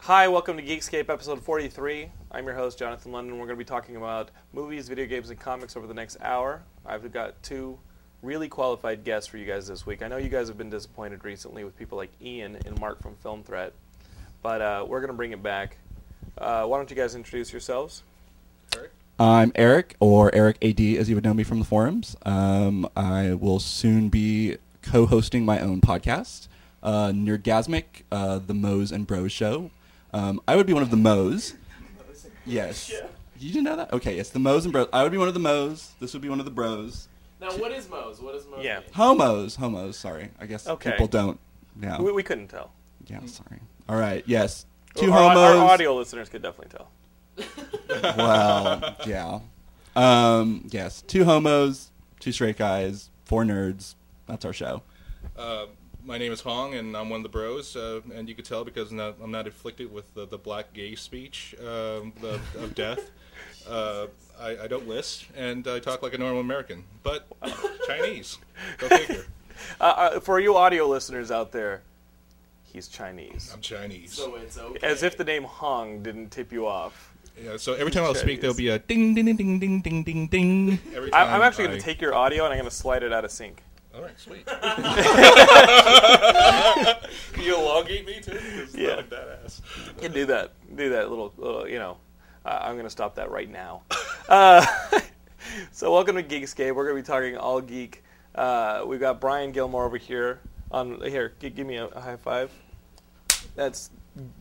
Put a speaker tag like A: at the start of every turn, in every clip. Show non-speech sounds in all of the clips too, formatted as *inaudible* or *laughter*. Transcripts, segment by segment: A: Hi, welcome to Geekscape episode 43. I'm your host, Jonathan London. We're going to be talking about movies, video games, and comics over the next hour. I've got two really qualified guests for you guys this week. I know you guys have been disappointed recently with people like Ian and Mark from Film Threat, but uh, we're going to bring it back. Uh, why don't you guys introduce yourselves?
B: I'm Eric, or Eric AD, as you would know me from the forums. Um, I will soon be co-hosting my own podcast, uh, Nerdgasmic, uh, the Moes and Bros Show. Um, I would be one of the Moes. Yes. You didn't know that? Okay, it's the Moes and Bros. I would be one of the Moes. This would be one of the Bros.
C: Now, what is Moe's? What is Moe's?
A: Yeah.
C: mean?
B: Homos, homos. Sorry, I guess
A: Okay.
B: people don't. Yeah.
A: We, we couldn't tell.
B: Yeah. Sorry. All right. Yes. Two
A: our,
B: homos.
A: our audio listeners could definitely tell.
B: well, yeah. Um, yes, two homos, two straight guys, four nerds. That's our show.
D: Uh, my name is Hong, and I'm one of the bros, uh, and you could tell because I'm not, I'm not afflicted with the, the black gay speech um, of, of death. Uh, I, I don't list, and I talk like a normal American, but Chinese. Go figure.
A: Uh, uh, for you audio listeners out there, he's Chinese.
D: I'm Chinese.
C: So it's okay.
A: As if the name Hong didn't tip you off.
D: Yeah, so every time I'll speak, there'll be a ding, ding, ding, ding, ding, ding, ding, ding. Every time
A: I, I'm actually going
D: I-
A: to take your audio and I'm going to slide it out of sync.
D: All right, sweet.
C: you elongate me too.
A: Yeah,
D: Badass.
A: can do that. Do that little, little you know. Uh, I'm going to stop that right *laughs* now. Uh, so welcome to Geekscape. We're going to be talking all geek. Uh, we've got Brian Gilmore over here. On here, gi- give me a, a high five. That's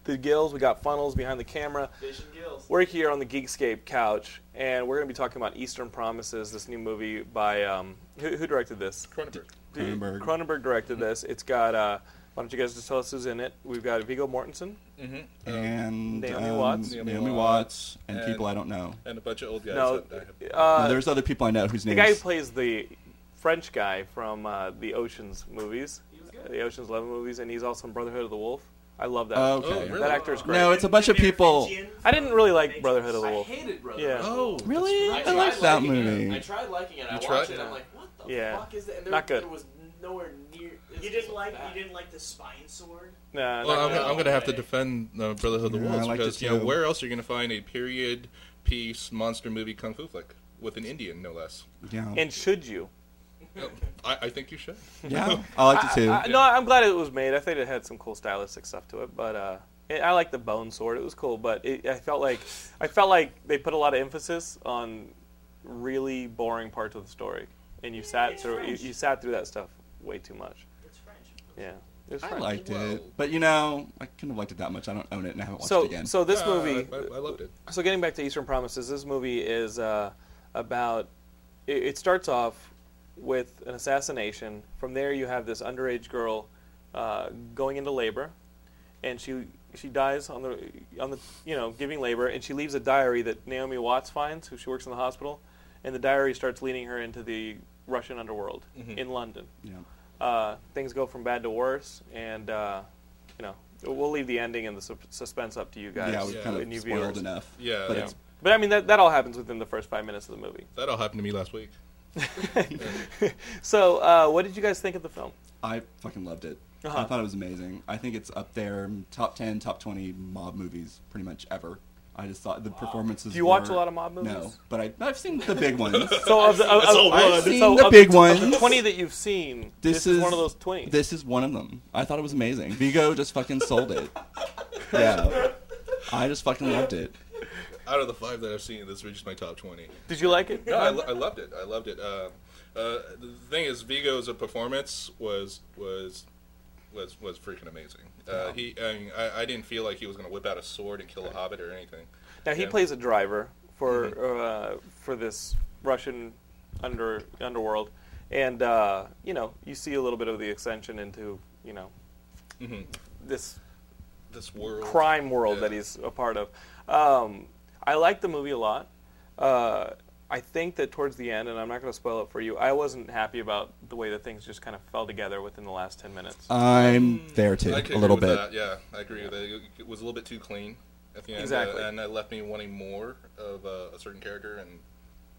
A: the gills. We got funnels behind the camera.
C: Vision Gills.
A: We're here on the Geekscape couch, and we're going to be talking about Eastern Promises, this new movie by um, who, who directed this?
D: Cronenberg.
B: Cronenberg.
A: Cronenberg directed this. It's got. Uh, why don't you guys just tell us who's in it? We've got Vigo Mortensen.
B: and
A: Naomi
B: um,
A: Watts.
B: Naomi,
D: Naomi
B: Watts, and,
D: and-
B: people I don't know.
D: And a bunch of old guys.
A: no,
D: that I have-
B: No,
A: uh,
B: there's other people I know whose
A: the
B: names.
A: guy who plays the French guy from uh, the Ocean's movies,
C: He was good.
A: the Ocean's Eleven movies, and he's also in Brotherhood of the Wolf. I love that.
B: Oh, okay.
D: Oh, really?
A: That actor's great.
B: No, it's a bunch of people.
A: I didn't really like Brotherhood of the
C: I
A: Wolf.
C: hated Brother.
A: Yeah.
D: oh,
B: Really?
C: I,
B: I,
C: tried
B: like that
C: liking it.
B: movie.
C: I tried liking it. I
D: You
C: watched
D: tried?
C: it.
D: Yeah.
C: I'm like, what the
A: Yeah.
C: fuck is that? And there,
A: Not good.
C: There was nowhere near.
E: You didn't like
C: That.
E: you didn't like the spine sword.
A: Nah,
D: Well,
A: not
D: I'm,
A: good.
D: gonna- I'm going to have to defend uh, Brotherhood of the
B: Yeah, I
D: Wolves
B: liked
D: because
B: it
D: you know
B: too.
D: where else are you going to find a period piece monster movie kung fu flick with an Indian, no less.
B: Yeah.
A: and should you?
D: I, I think you should.
B: yeah,
A: *laughs*
B: I liked it too.
A: I- I- no, I'm glad it was made. I think it had some cool stylistic stuff to it, but uh, it, I like the bone sword. It was cool, but it, I felt like I felt like they put a lot of emphasis on really boring parts of the story, and you sat
E: it's
A: through you,
E: French.
A: you sat through that stuff way too much.
E: It's French.
A: Yeah, it was
B: I
A: fun.
B: liked
D: Well-
B: it, but you know, I couldn't have liked it that much. I don't own it, and I haven't watched
A: so
B: it again.
A: so this
D: Uh,
A: movie
D: I, I loved it.
A: So getting back to Eastern Promises, this movie is uh, about. It, it starts off with an assassination. From there, you have this underage girl uh, going into labor, and she she dies on the on the you know giving labor, and she leaves a diary that Naomi Watts finds, who she works in the hospital, and the diary starts leading her into the Russian underworld in London.
B: yeah.
A: Uh, things go from bad to worse, and uh, you know we'll leave the ending and the su- suspense up to you guys.
B: yeah, we
D: Yeah.
B: kind
A: and you
B: of spoiled
A: viewers.
B: enough.
D: Yeah,
B: but
D: yeah.
B: it's
A: But I mean, that, that all happens within the first five minutes of the movie.
D: That all happened to me last week.
A: So, uh, what did you guys think of the film?
B: I fucking loved it.
A: Uh-huh.
B: I thought it was amazing. I think it's up there, mm, top ten, top twenty mob movies, pretty much ever. I just thought the performances.
A: Do you watch
B: were-
A: a lot of mob movies?
B: No, but I, I've seen
A: *laughs*
B: the big ones.
A: So, of the, of,
D: That's all
A: of,
D: one.
B: I've seen
A: so
B: the
A: of
B: big
A: the,
B: ones.
A: of the twenty that you've seen. This, is, one of those twenty.
B: This is one of them. I thought it was amazing. Vigo just fucking sold
A: *laughs*
B: it. Yeah, I just fucking loved it.
D: Out of the five that I've seen, this reaches my top twenty.
A: did you like it?
D: No, I, lo- I loved it. I loved it. Uh, uh, the thing is, Vigo's uh, performance was was was was freaking amazing. Uh, He, I, mean, I, I didn't feel like he was going to whip out a sword and kill a hobbit or anything.
A: now he
D: Yeah.
A: plays a driver for
B: Mm-hmm.
A: uh, for this Russian under underworld, and uh, you know you see a little bit of the ascension into you know
B: Mm-hmm.
A: this
D: This world
A: crime world
D: Yeah.
A: that he's a part of. Um, I like the movie a lot. Uh, I think that towards the end, and I'm not going to spoil it for you, I wasn't happy about the way that things just kind of fell together within the last 10 minutes.
B: Uh. I'm
A: Hmm.
B: there too,
D: I
B: a
D: could
B: little
D: agree
B: bit.
D: with That. Yeah, I agree with that. It was a little bit too clean at the end, uh,
A: Exactly.
D: and that left me wanting more of uh, a certain character. And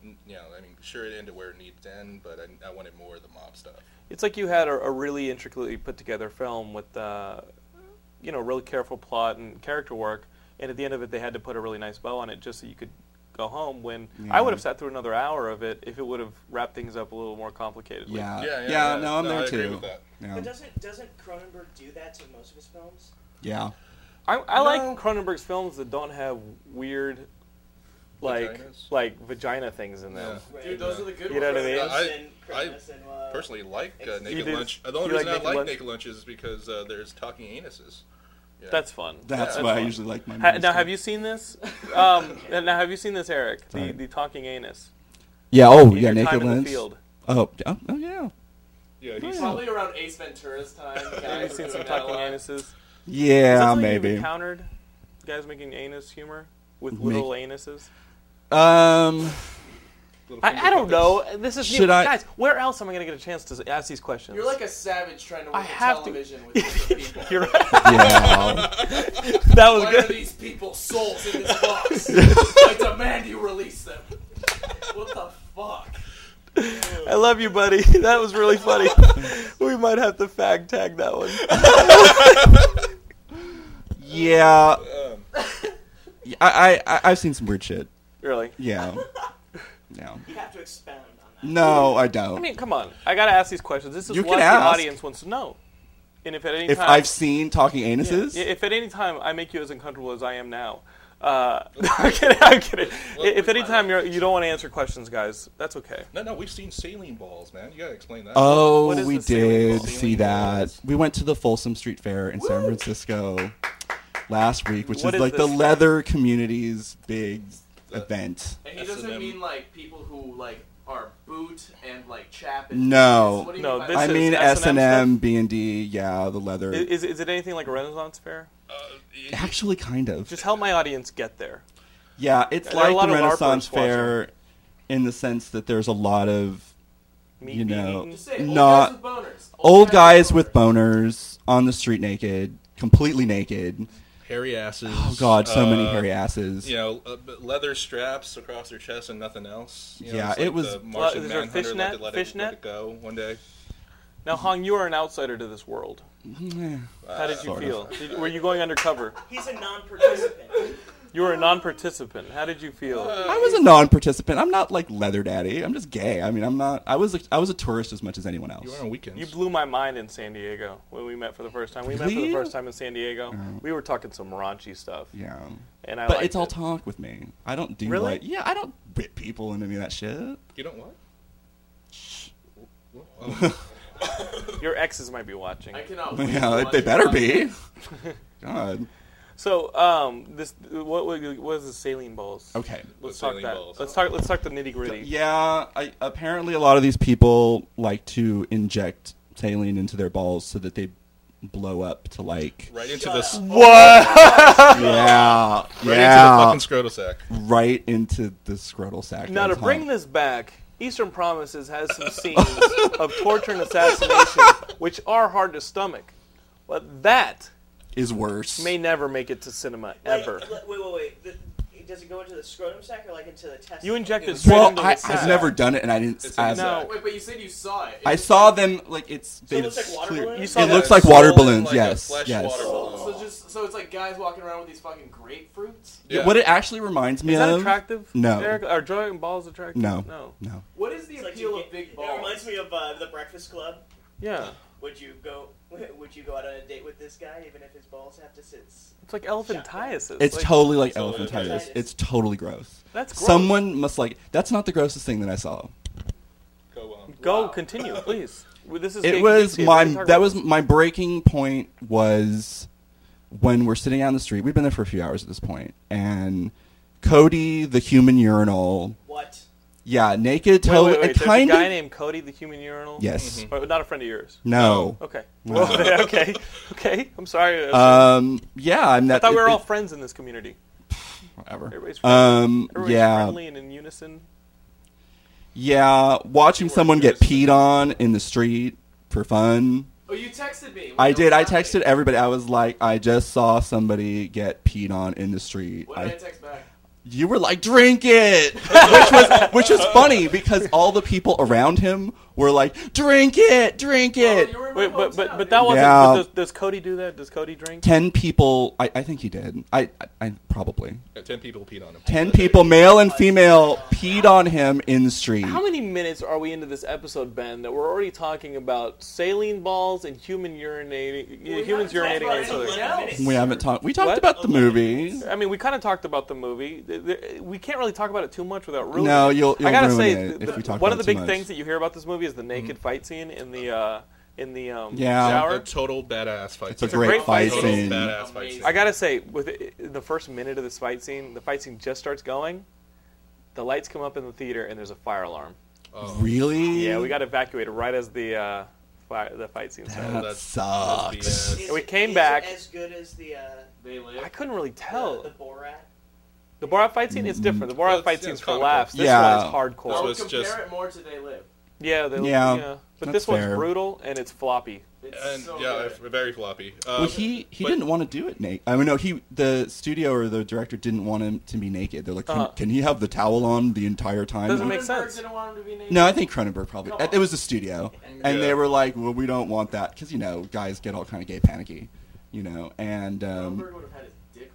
D: mm, you know, I mean, sure, it ended where it needed to end, but I, I wanted more of the mob stuff.
A: It's like you had a, a really intricately put together film with uh, you know really careful plot and character work, and at the end of it they had to put a really nice bow on it just so you could go home. When I would have sat through another hour of it if it would have wrapped things up a little more complicatedly.
B: Uh, Yeah.
D: Yeah, yeah, yeah.
B: No, I'm
D: No,
B: there
D: I
B: too.
D: agree with that.
B: Yeah.
E: But doesn't doesn't Cronenberg do that to most of his films?
B: yeah.
A: I, I like
D: No.
A: Cronenberg's films that don't have weird, like
D: Vaginas?
A: like vagina things in them.
D: Yeah.
E: Right.
C: Dude, those are the good
A: You know what I
C: ones.
A: mean?
D: Yeah, I-
E: Krampus and-
D: I
E: Krampus and, uh,
D: personally like uh,
E: You
D: Naked
A: did-
D: Lunch. Uh, The only
A: you like
D: reason I
A: Naked
D: like
A: Lunch?
D: Naked Lunch is because uh, there's talking anuses. Yeah.
A: That's fun.
B: That's
D: Yeah.
B: why I usually like my.
A: Ha,
B: movies
A: now,
B: too.
A: have you seen *laughs* this? Um, and now, have you seen this, Eric? The,
B: Sorry.
A: the talking anus.
B: Yeah. Oh,
A: In
B: yeah.
A: your
B: Naked
A: time in the
B: Lens.
A: field.
B: Oh, oh, oh, yeah.
D: yeah, he's,
A: Hmm.
C: Probably around Ace Ventura's
A: *laughs*
C: time.
A: Have you
C: Guys
A: seen some
C: were doing that a
A: talking
C: lot.
A: anuses?
B: Yeah,
A: Something You've
B: maybe.
A: encountered guys making anus humor with
B: Make-
A: little anuses. *laughs*
B: Um,
D: little finger
A: I, I don't
D: puppets.
A: know. This is new.
B: Should I-
A: guys. Where else am I going to get a chance to s- ask these questions?
C: You're like a savage trying to
A: I
C: work a
A: have to-
C: television
A: *laughs*
C: with different people.
A: You're right.
B: yeah.
A: that was
C: Why are
A: good.
C: these people's souls
B: *laughs*
C: in this box? I demand you release them. What the fuck?
A: I love you, buddy. *laughs* That was really *laughs* funny. we might have to fact tag that *laughs* one.
B: yeah.
D: Um,
B: Yeah, I, I, I- I've seen some weird shit.
A: really? *laughs*
B: Yeah. No.
E: You have to expound on that.
B: No, I
A: I
B: don't.
A: mean, come on. I got to ask these questions. This is
B: You
A: what
B: can
A: the
B: ask.
A: audience wants to know. And if at any
B: if
A: time
B: I've seen talking
A: Yeah,
B: anuses,
A: yeah, if at any time I make you as uncomfortable as I am now, uh, *laughs* I'm kidding. I'm kidding. if any time you're, you don't want to answer questions, guys, that's okay.
D: no, no, we've seen saline balls, man. You gotta explain that.
A: What
B: oh,
A: is
B: we
A: the ceiling
B: did
A: called?
B: see
D: Ceiling
B: that.
D: balls.
B: We went to the Folsom Street Fair in San Francisco last week, which is
A: What is
B: like the
A: this?
B: leather community's big
D: The-
B: event.
C: And he
D: S&M.
C: doesn't mean like people who like are boot and like chap. and-
B: No.
C: What do you
A: No,
C: mean by
A: this
B: I
A: is
C: that?
B: mean
A: S&M
B: S and M, B and D. Yeah, the leather.
A: I- Is, is it anything like a Renaissance fair?
D: Uh, y-
B: Actually, kind of.
A: Just help my audience get there.
B: yeah, it's
A: There are a
B: like
A: lot
B: the
A: of LARPers
B: Renaissance
A: watching.
B: Fair, in the sense that there's a lot of
A: Meat
B: You know.
A: eating.
C: Just say, old
B: Not-
C: guys with boners.
B: old guys with boners on the street naked, completely naked.
D: hairy asses.
B: Oh god, so many
D: uh,
B: hairy asses.
D: You know, uh, but leather straps across their chest and nothing else. You know,
B: Yeah,
D: it's
B: it
D: like
B: was-
D: the Martian
A: Is there a
D: Manhunter, like,
A: fishnet?
D: Let it,
A: Fishnet?
D: let it go one day.
A: Now, Hong, you are an outsider to this world.
B: Yeah.
A: How did you
B: Sort of.
A: feel? Did, were you going undercover?
E: He's a non-participant.
A: You were a non-participant. How did you feel?
B: I was a non-participant. I'm not like leather daddy. I'm just gay. I mean, I'm not. I was a, I was a tourist as much as anyone else.
D: You were on weekends.
A: You blew my mind in San Diego when we met for the first time. We met for the
B: Really?
A: first time in San Diego. We were talking some raunchy stuff,
B: yeah,
A: and I.
B: but
A: liked
B: it's all
A: it.
B: talk with me. I don't do
A: Really?
B: like yeah. I don't whip people into any of that shit.
D: You don't what? What? Oh,
A: Your exes might be watching.
C: I cannot. wait
B: *laughs* Yeah,
C: to
B: they,
C: watch
B: they
C: it.
B: better be.
A: *laughs*
B: God.
A: So, um, this what what what is the saline balls?
B: Okay.
A: let's
D: The
A: talk
D: saline
A: that.
D: balls.
A: Let's talk. Let's talk the nitty gritty.
B: Yeah. I, apparently, a lot of these people like to inject saline into their balls so that they blow up to like.
D: right into
E: Shut
D: the
E: up.
D: s-
B: Yeah.
D: right
B: yeah.
D: into the fucking scrotosac.
B: right into the scrotal sack.
A: Now to
B: That's
A: bring
B: hot.
A: this back, Eastern Promises has
B: *laughs*
A: some scenes of torture and assassination, which are hard to stomach, but that
B: is worse.
A: may never make it to cinema
E: Like,
A: ever.
E: le- wait, wait, wait. The, does it go into the scrotum sac or like into the testicle?
A: You injected straight
B: well,
A: into
B: I,
A: the
B: I've
A: sack.
B: never done it, and I didn't.
D: It's
B: I,
D: in the
A: No.
D: sack.
C: Wait, but you said you saw it.
B: I saw them like it's.
E: So it
B: they
E: looks
B: just
E: like water
B: clear-
E: balloons? You
B: It
E: saw that
B: looks
D: Yeah,
B: like
D: it's
B: water
D: swollen
B: balloons.
D: like a
B: yes,
D: flesh
B: yes.
D: water balloon.
C: So just so it's like guys walking around with these fucking grapefruits.
D: Yeah.
B: What it actually reminds me
A: Is that
B: of.
A: attractive?
B: No.
A: Eric, are Dragon Balls attractive?
B: No,
A: No.
B: no.
C: What is the
E: It's like
C: appeal
E: you
C: of
E: get-
C: big
E: It
C: balls?
E: reminds me of uh, the Breakfast Club.
A: Yeah.
E: Would you go? *laughs* Would you go out on a date with this guy, even if his balls have to sit? s-
A: It's like elephantiasis.
B: It's
A: like,
B: totally like
D: Totally
B: elephantitis.
E: elephantitis.
B: It's totally gross.
A: That's gross.
B: Someone must like. That's not the grossest thing that I saw.
D: Go on.
A: Go,
C: Wow.
A: continue, please. Well, This is
B: It
A: Gabe
B: was
A: Kinski.
B: my.
A: We're talking
B: That
A: about-
B: was my breaking point. Was when we're sitting out on the street. We've been there for a few hours at this point, and Cody, the human urinal,
E: What?
B: Yeah, naked
A: Wait,
B: toe.
A: wait, wait.
B: it
A: There's
B: kind
A: a guy
B: of.
A: named Mm-hmm. Cody, the human urinal.
B: *laughs* Yes. Mhm.
A: But not a friend of yours.
B: No.
A: Okay. Well, *laughs* okay. Okay. I'm sorry.
B: Um. Yeah, I'm
A: Oh, I
B: that.
A: thought we
B: it-
A: were all
B: it-
A: friends in this community.
B: Whatever.
A: Everybody's friendly.
B: Um.
A: Everybody's
B: Yeah.
A: friendly and in unison.
B: Yeah. Watching
D: You were
B: someone get
D: just-
B: peed on in the street for fun.
C: Oh, you texted me. when
B: I
C: that
B: did.
C: was
B: I
C: happening.
B: texted everybody. I was like, I just saw somebody get peed on in the street.
C: What did I
B: I,
C: text back?
B: you were like, drink it, which was which was funny because all the people around him were like, drink it, drink
C: Oh,
B: it.
C: you were in my
A: Wait, but but
C: hometown,
A: but that
C: dude.
A: wasn't.
B: Yeah.
A: but Does, does Cody do that? Does Cody drink?
B: Ten people, I, I think he did. I, I, I probably
D: Yeah, Ten people peed on him.
B: ten people, male and female, peed on him in the street.
A: How many minutes are we into this episode, Ben? That we're already talking about saline balls and human urinating, humans
E: haven't
A: urinating
E: talked
A: on
E: about
A: each other.
E: anything
B: We haven't talked. We talked
A: What?
B: about the movie.
A: I mean, we kind of talked about the movie. Th- th- We can't really talk about it too much without ruining.
B: No,
A: it.
B: you'll-
A: I
B: you'll
A: gotta
B: ruin
A: say,
B: it
A: th-
B: if
A: th-
B: we talk
A: one
B: about
A: of the
B: it
A: big
B: too much. Mm-hmm.
A: things that you hear about this movie is the naked fight scene in the uh, in the um,
B: Yeah.
A: shower.
D: A total badass fight.
B: It's a
D: scene.
B: great,
A: great
B: fight
A: fight
D: Total
B: scene.
D: badass fight scene.
A: I gotta say, with it- the first minute of this fight scene, the fight scene just starts going. The lights come up in the theater, and there's a fire alarm.
D: Oh,
B: Really?
A: Yeah, we got evacuated right as the uh, fire, the fight scene started.
B: That
D: that's-
B: sucks.
D: that's BS.
E: Is
A: We
E: it-
A: came
E: is it
A: back.
E: as good as the uh,
C: They live.
A: I couldn't really
E: the, the
A: tell.
E: Borat?
A: The Borat fight scene is different. The
D: Well,
A: Borat
D: it's-
A: fight
D: it's
A: scene's for
D: comical.
A: laughs. This
B: Yeah.
A: one is
C: I
A: hardcore.
D: This
C: would
D: was
C: compare
D: just-
C: it more to They Live.
A: yeah, they,
B: Yeah,
A: yeah,
B: that's
A: But this one's
B: fair.
A: brutal and it's floppy.
C: It's
D: And
C: so
D: yeah,
C: good.
D: very floppy. Um,
B: Well, he he
D: but-
B: didn't want to do it naked. I mean, no, he the studio or the director didn't want him to be naked. They're like, can,
A: Uh-huh.
B: can he have the towel on the entire time?
A: Doesn't
B: And-
A: make
C: Cronenberg
A: sense.
C: didn't want him to be named.
B: no, I think Cronenberg probably.
C: Come on.
B: It was the studio, and
D: Yeah.
B: they were like, "Well, we don't want that because you know guys get all kind of gay panicky, you know." And um,
C: Cronenberg would have had his dick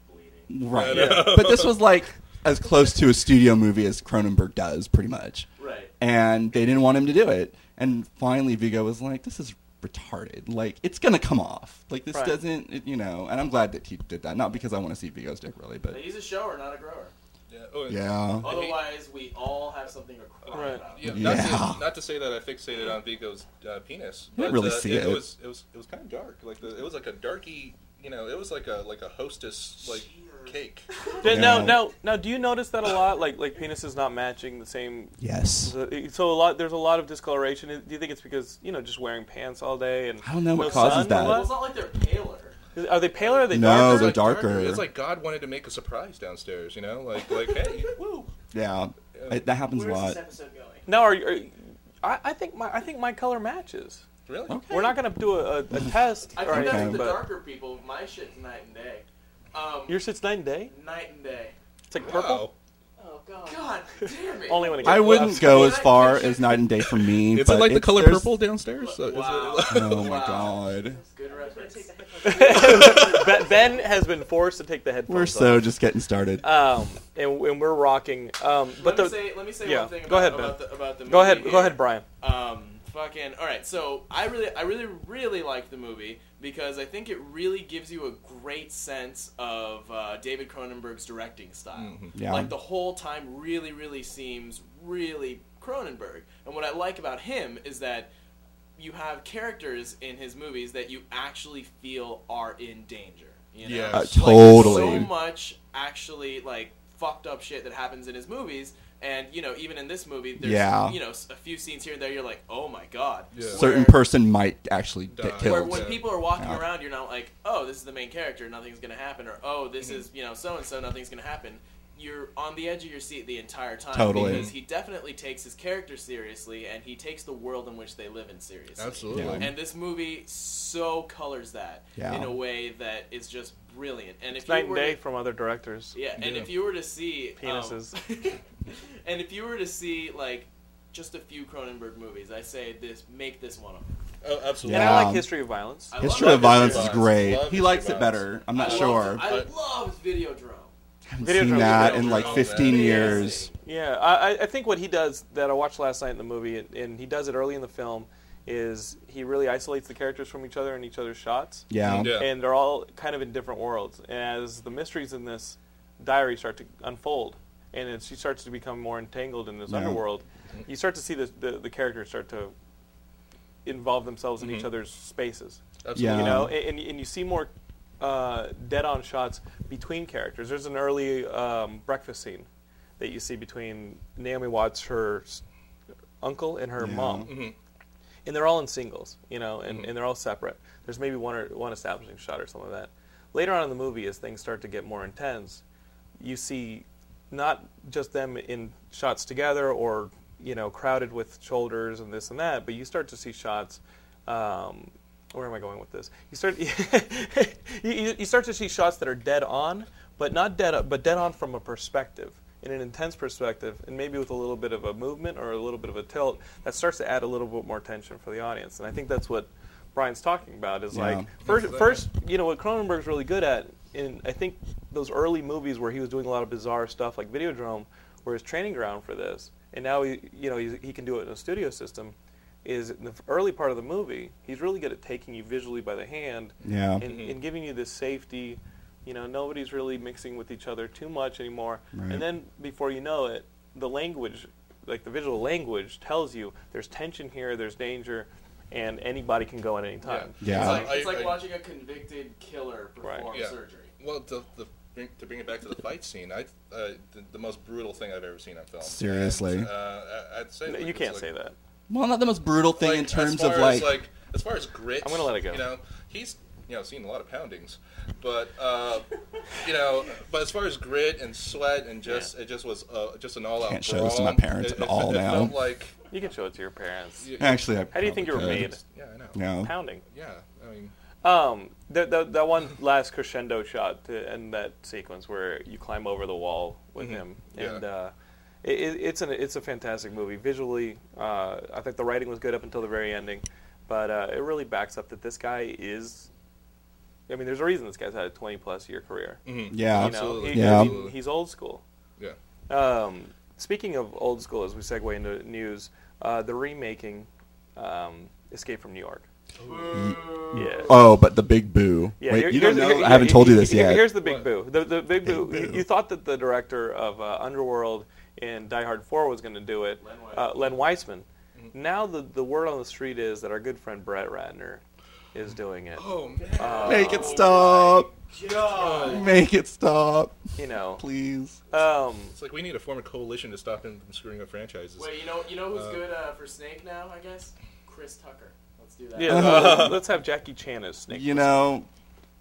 C: bleeding.
B: right,
D: I know.
B: but this was like as close to a studio movie as Cronenberg does, pretty much.
C: Right.
B: And they didn't want him to do it. And finally, Vigo was like, "This is retarded. Like, it's gonna come off. Like, this
A: Right.
B: doesn't, it, you know." And I'm glad that he did that, not because I want to see Vigo's dick really,
C: Now,
B: but
C: He's a shower, not a grower.
D: yeah, oh, and-
B: yeah,
D: hate-
C: Otherwise, we all have something to cry
A: Right.
C: about.
D: Yeah, not,
B: Yeah.
D: To, not to say that I fixated on Vigo's uh, penis.
B: I
D: But,
B: didn't really
D: uh,
B: see it.
D: was it was it was kind of dark. Like the, it was like a darky. You know, it was like a like a hostess like
C: Jesus.
D: cake.
A: No,
B: Yeah.
A: no, no, no. Do you notice that a lot? Like, like penises not matching the same.
B: yes.
A: the- So a lot, there's a lot of discoloration. Do you think it's because you know just wearing pants all day and
B: I don't know what
A: no
B: causes
A: sun,
B: that.
A: no
C: Well, it's not like they're paler.
A: less? Are they paler? Are they
B: No,
A: darker?
B: they're
D: Like,
B: darker.
D: It's like God wanted to make a surprise downstairs. You *laughs* know, like like hey, woo.
B: Yeah, it, that happens
E: Where's
B: a lot.
E: this episode going?
A: No, are, you- are you- I, I think my I think my color matches.
D: Really?
B: Okay.
A: We're not gonna do a, a, a test
C: I
A: or
C: think
A: anything,
C: that's the
A: but
C: darker people. My shit's night and day. Um,
A: your shit's night and day.
C: night and day.
A: It's like purple.
D: Wow.
E: Oh god.
A: *laughs*
C: God damn it.
A: Only when it gets
B: I wouldn't
A: left.
B: go as
C: Can I-
B: far
C: can I-
B: as night and day for me.
D: Is
B: but
D: it like the
B: it's-
D: color
B: there's-
D: purple downstairs? So is it-
C: Wow.
B: *laughs*
D: *laughs*
B: Oh my
C: Wow.
B: god.
C: Good
E: I'm gonna
C: reference.
E: take the *laughs* headphones off.
A: Be- *laughs* Ben has been forced to take the headphones.
B: We're so just getting started.
A: off. um, and, and we're rocking. Um, but
C: Let
A: the
C: me say, let me say
A: yeah,
C: one thing about,
A: go ahead,
C: about,
A: Ben.
C: the, about the
A: go
C: movie
A: ahead,
C: here.
A: go ahead, Brian.
C: Um, fucking. All right. So I really, I really, really like the movie because I think it really gives you a great sense of uh, David Cronenberg's directing style.
A: Mm-hmm.
B: Yeah.
C: Like the whole time, really, really seems really Cronenberg. And what I like about him is that you have characters in his movies that you actually feel are in danger. You know?
D: Yeah. Uh,
C: Like,
B: totally.
C: so much actually like fucked up shit that happens in his movies. And you know, even in this movie, there's
B: Yeah.
C: you know s- a few scenes here and there. You're like, oh my god.
D: Yeah.
B: Certain
C: Where-
B: person might actually
D: Die.
B: get
C: Where
B: killed.
C: when people are walking
B: Yeah.
C: around, you're not like, oh, this is the main character, nothing's gonna happen, or oh, this
B: Mm-hmm.
C: is you know so and so, nothing's gonna happen. You're on the edge of your seat the entire time
B: Totally.
C: because he definitely takes his character seriously and he takes the world in which they live in seriously.
D: Absolutely.
B: Yeah.
C: And this movie so colors that
B: Yeah.
C: in a way that is just brilliant. And if
A: It's
C: you
A: night and
C: were
A: day
C: to-
A: from other directors.
C: yeah, and
D: Yeah.
C: if you were to see um,
A: Penises.
C: *laughs* and if you were to see like just a few Cronenberg movies, I say this make this one of them.
D: Oh, absolutely.
A: And
B: Yeah.
A: I like history of violence.
C: I
B: History
C: love
B: of Violence is
D: History of
B: great.
D: Violence.
B: He
D: Love
B: likes
D: History
B: it
D: of
B: better. I'm not
C: I
B: sure.
C: loved-
B: I
C: I
D: But-
C: loved Videodrome.
B: haven't
A: Video
B: seen
A: Drone-
B: that
D: Video
B: in like
A: Oh,
D: Drone,
B: 15
D: man.
B: years.
A: Yeah, I, I- I think what he does that I watched last night in the movie, and- and he does it early in the film, is he really isolates the characters from each other and each other's shots.
B: Yeah.
D: Yeah.
A: And they're all kind of in different worlds. And as the mysteries in this diary start to unfold, and as she starts to become more entangled in this
B: Yeah.
A: underworld, you start to see the, the, the characters start to involve themselves in each other's spaces.
D: Absolutely.
B: Yeah.
A: you know, and, and you see more uh, dead-on shots between characters. There's an early um, breakfast scene that you see between Naomi Watts, her s- uncle, and her
B: Yeah.
A: mom, and they're all in singles, you know, and, and they're all separate. There's maybe one or one establishing shot or something like that. Later on in the movie, as things start to get more intense, you see not just them in shots together or you know crowded with shoulders and this and that, but you start to see shots. Um, where am I going with this? You start *laughs* you, you you start to see shots that are dead on, but not dead but dead on from a perspective. in an intense perspective, and maybe with a little bit of a movement or a little bit of a tilt, that starts to add a little bit more tension for the audience. And I think that's what Brian's talking about is
B: Yeah.
A: like first,
D: That's-
A: first, you know, what Cronenberg's really good at in I think those early movies where he was doing a lot of bizarre stuff like Videodrome, were his training ground for this, and now he, you know, he's, he can do it in a studio system. Is in the early part of the movie, he's really good at taking you visually by the hand
B: Yeah.
A: and, and giving you this safety. You know, nobody's really mixing with each other too much anymore.
B: Right.
A: And then before you know it, the language, like the visual language, tells you there's tension here, there's danger, and anybody can go at any time.
B: Yeah.
C: It's like,
D: I-
C: it's like
D: I-
C: watching a convicted killer perform
A: Right.
D: Yeah.
C: surgery.
D: Well, to, the, bring- to bring it back to the fight scene, I uh, the, the most brutal thing I've ever seen on film.
B: Seriously.
D: And, uh, I- I'd say
A: No,
D: like,
A: you
D: it's
A: can't
D: like-
A: say that.
B: Well, not the most brutal thing
D: like,
B: in
D: as
B: terms
D: far
B: of
D: as,
B: like,
D: as far as grit.
A: I'm gonna let it go.
D: You know, he's you know seen a lot of poundings, but uh, you know, but as far as grit and sweat and just it just was uh, just an all out.
B: Can't show this to my parents
D: it,
B: at
D: it-
B: all
D: it
B: now.
D: felt like
A: You can show it to your parents.
B: actually. I
A: How do you think you were
B: probably could.
A: made?
D: yeah, I know.
B: No.
A: Pounding.
D: Yeah, I mean,
A: Um, that, that, that one last crescendo shot to end that sequence where you climb over the wall with him,
D: Yeah.
A: and uh, it, it- it's an it's a fantastic movie visually. Uh, I think the writing was good up until the very ending, but uh, it really backs up that this guy is. I mean, there's a reason this guy's had a 20 plus year career.
B: Yeah.
A: You know,
D: Absolutely.
A: He-
B: Yeah.
A: he- he's old school.
D: yeah.
A: Um, speaking of old school, as we segue into news, uh, the remaking um, Escape from New York. Yeah.
B: Oh, but the big boo.
A: Yeah, here-
B: Wait, you don't
A: here's-
B: know.
A: here-
B: I haven't
A: here-
B: told you this
A: here-
B: yet.
A: Here's the big
D: What?
A: boo. The, the big, boo.
B: boo.
A: You thought that the director of uh, Underworld and Die Hard 4 was going to do it,
C: Len
A: uh, Len Weissman. Now the, the word on the street is that our good friend Brett Ratner is doing it.
D: Oh man.
A: Uh,
B: Make it stop.
C: God.
B: Make it stop,
A: You know,
B: please.
A: um,
D: It's like we need to form a coalition to stop him from screwing up franchises.
C: Wait, you know, you know who's
D: Uh,
C: good uh, for Snake now? I guess Chris Tucker. Let's do that.
A: yeah. let's- let's have Jackie Chan as Snake.
B: You know,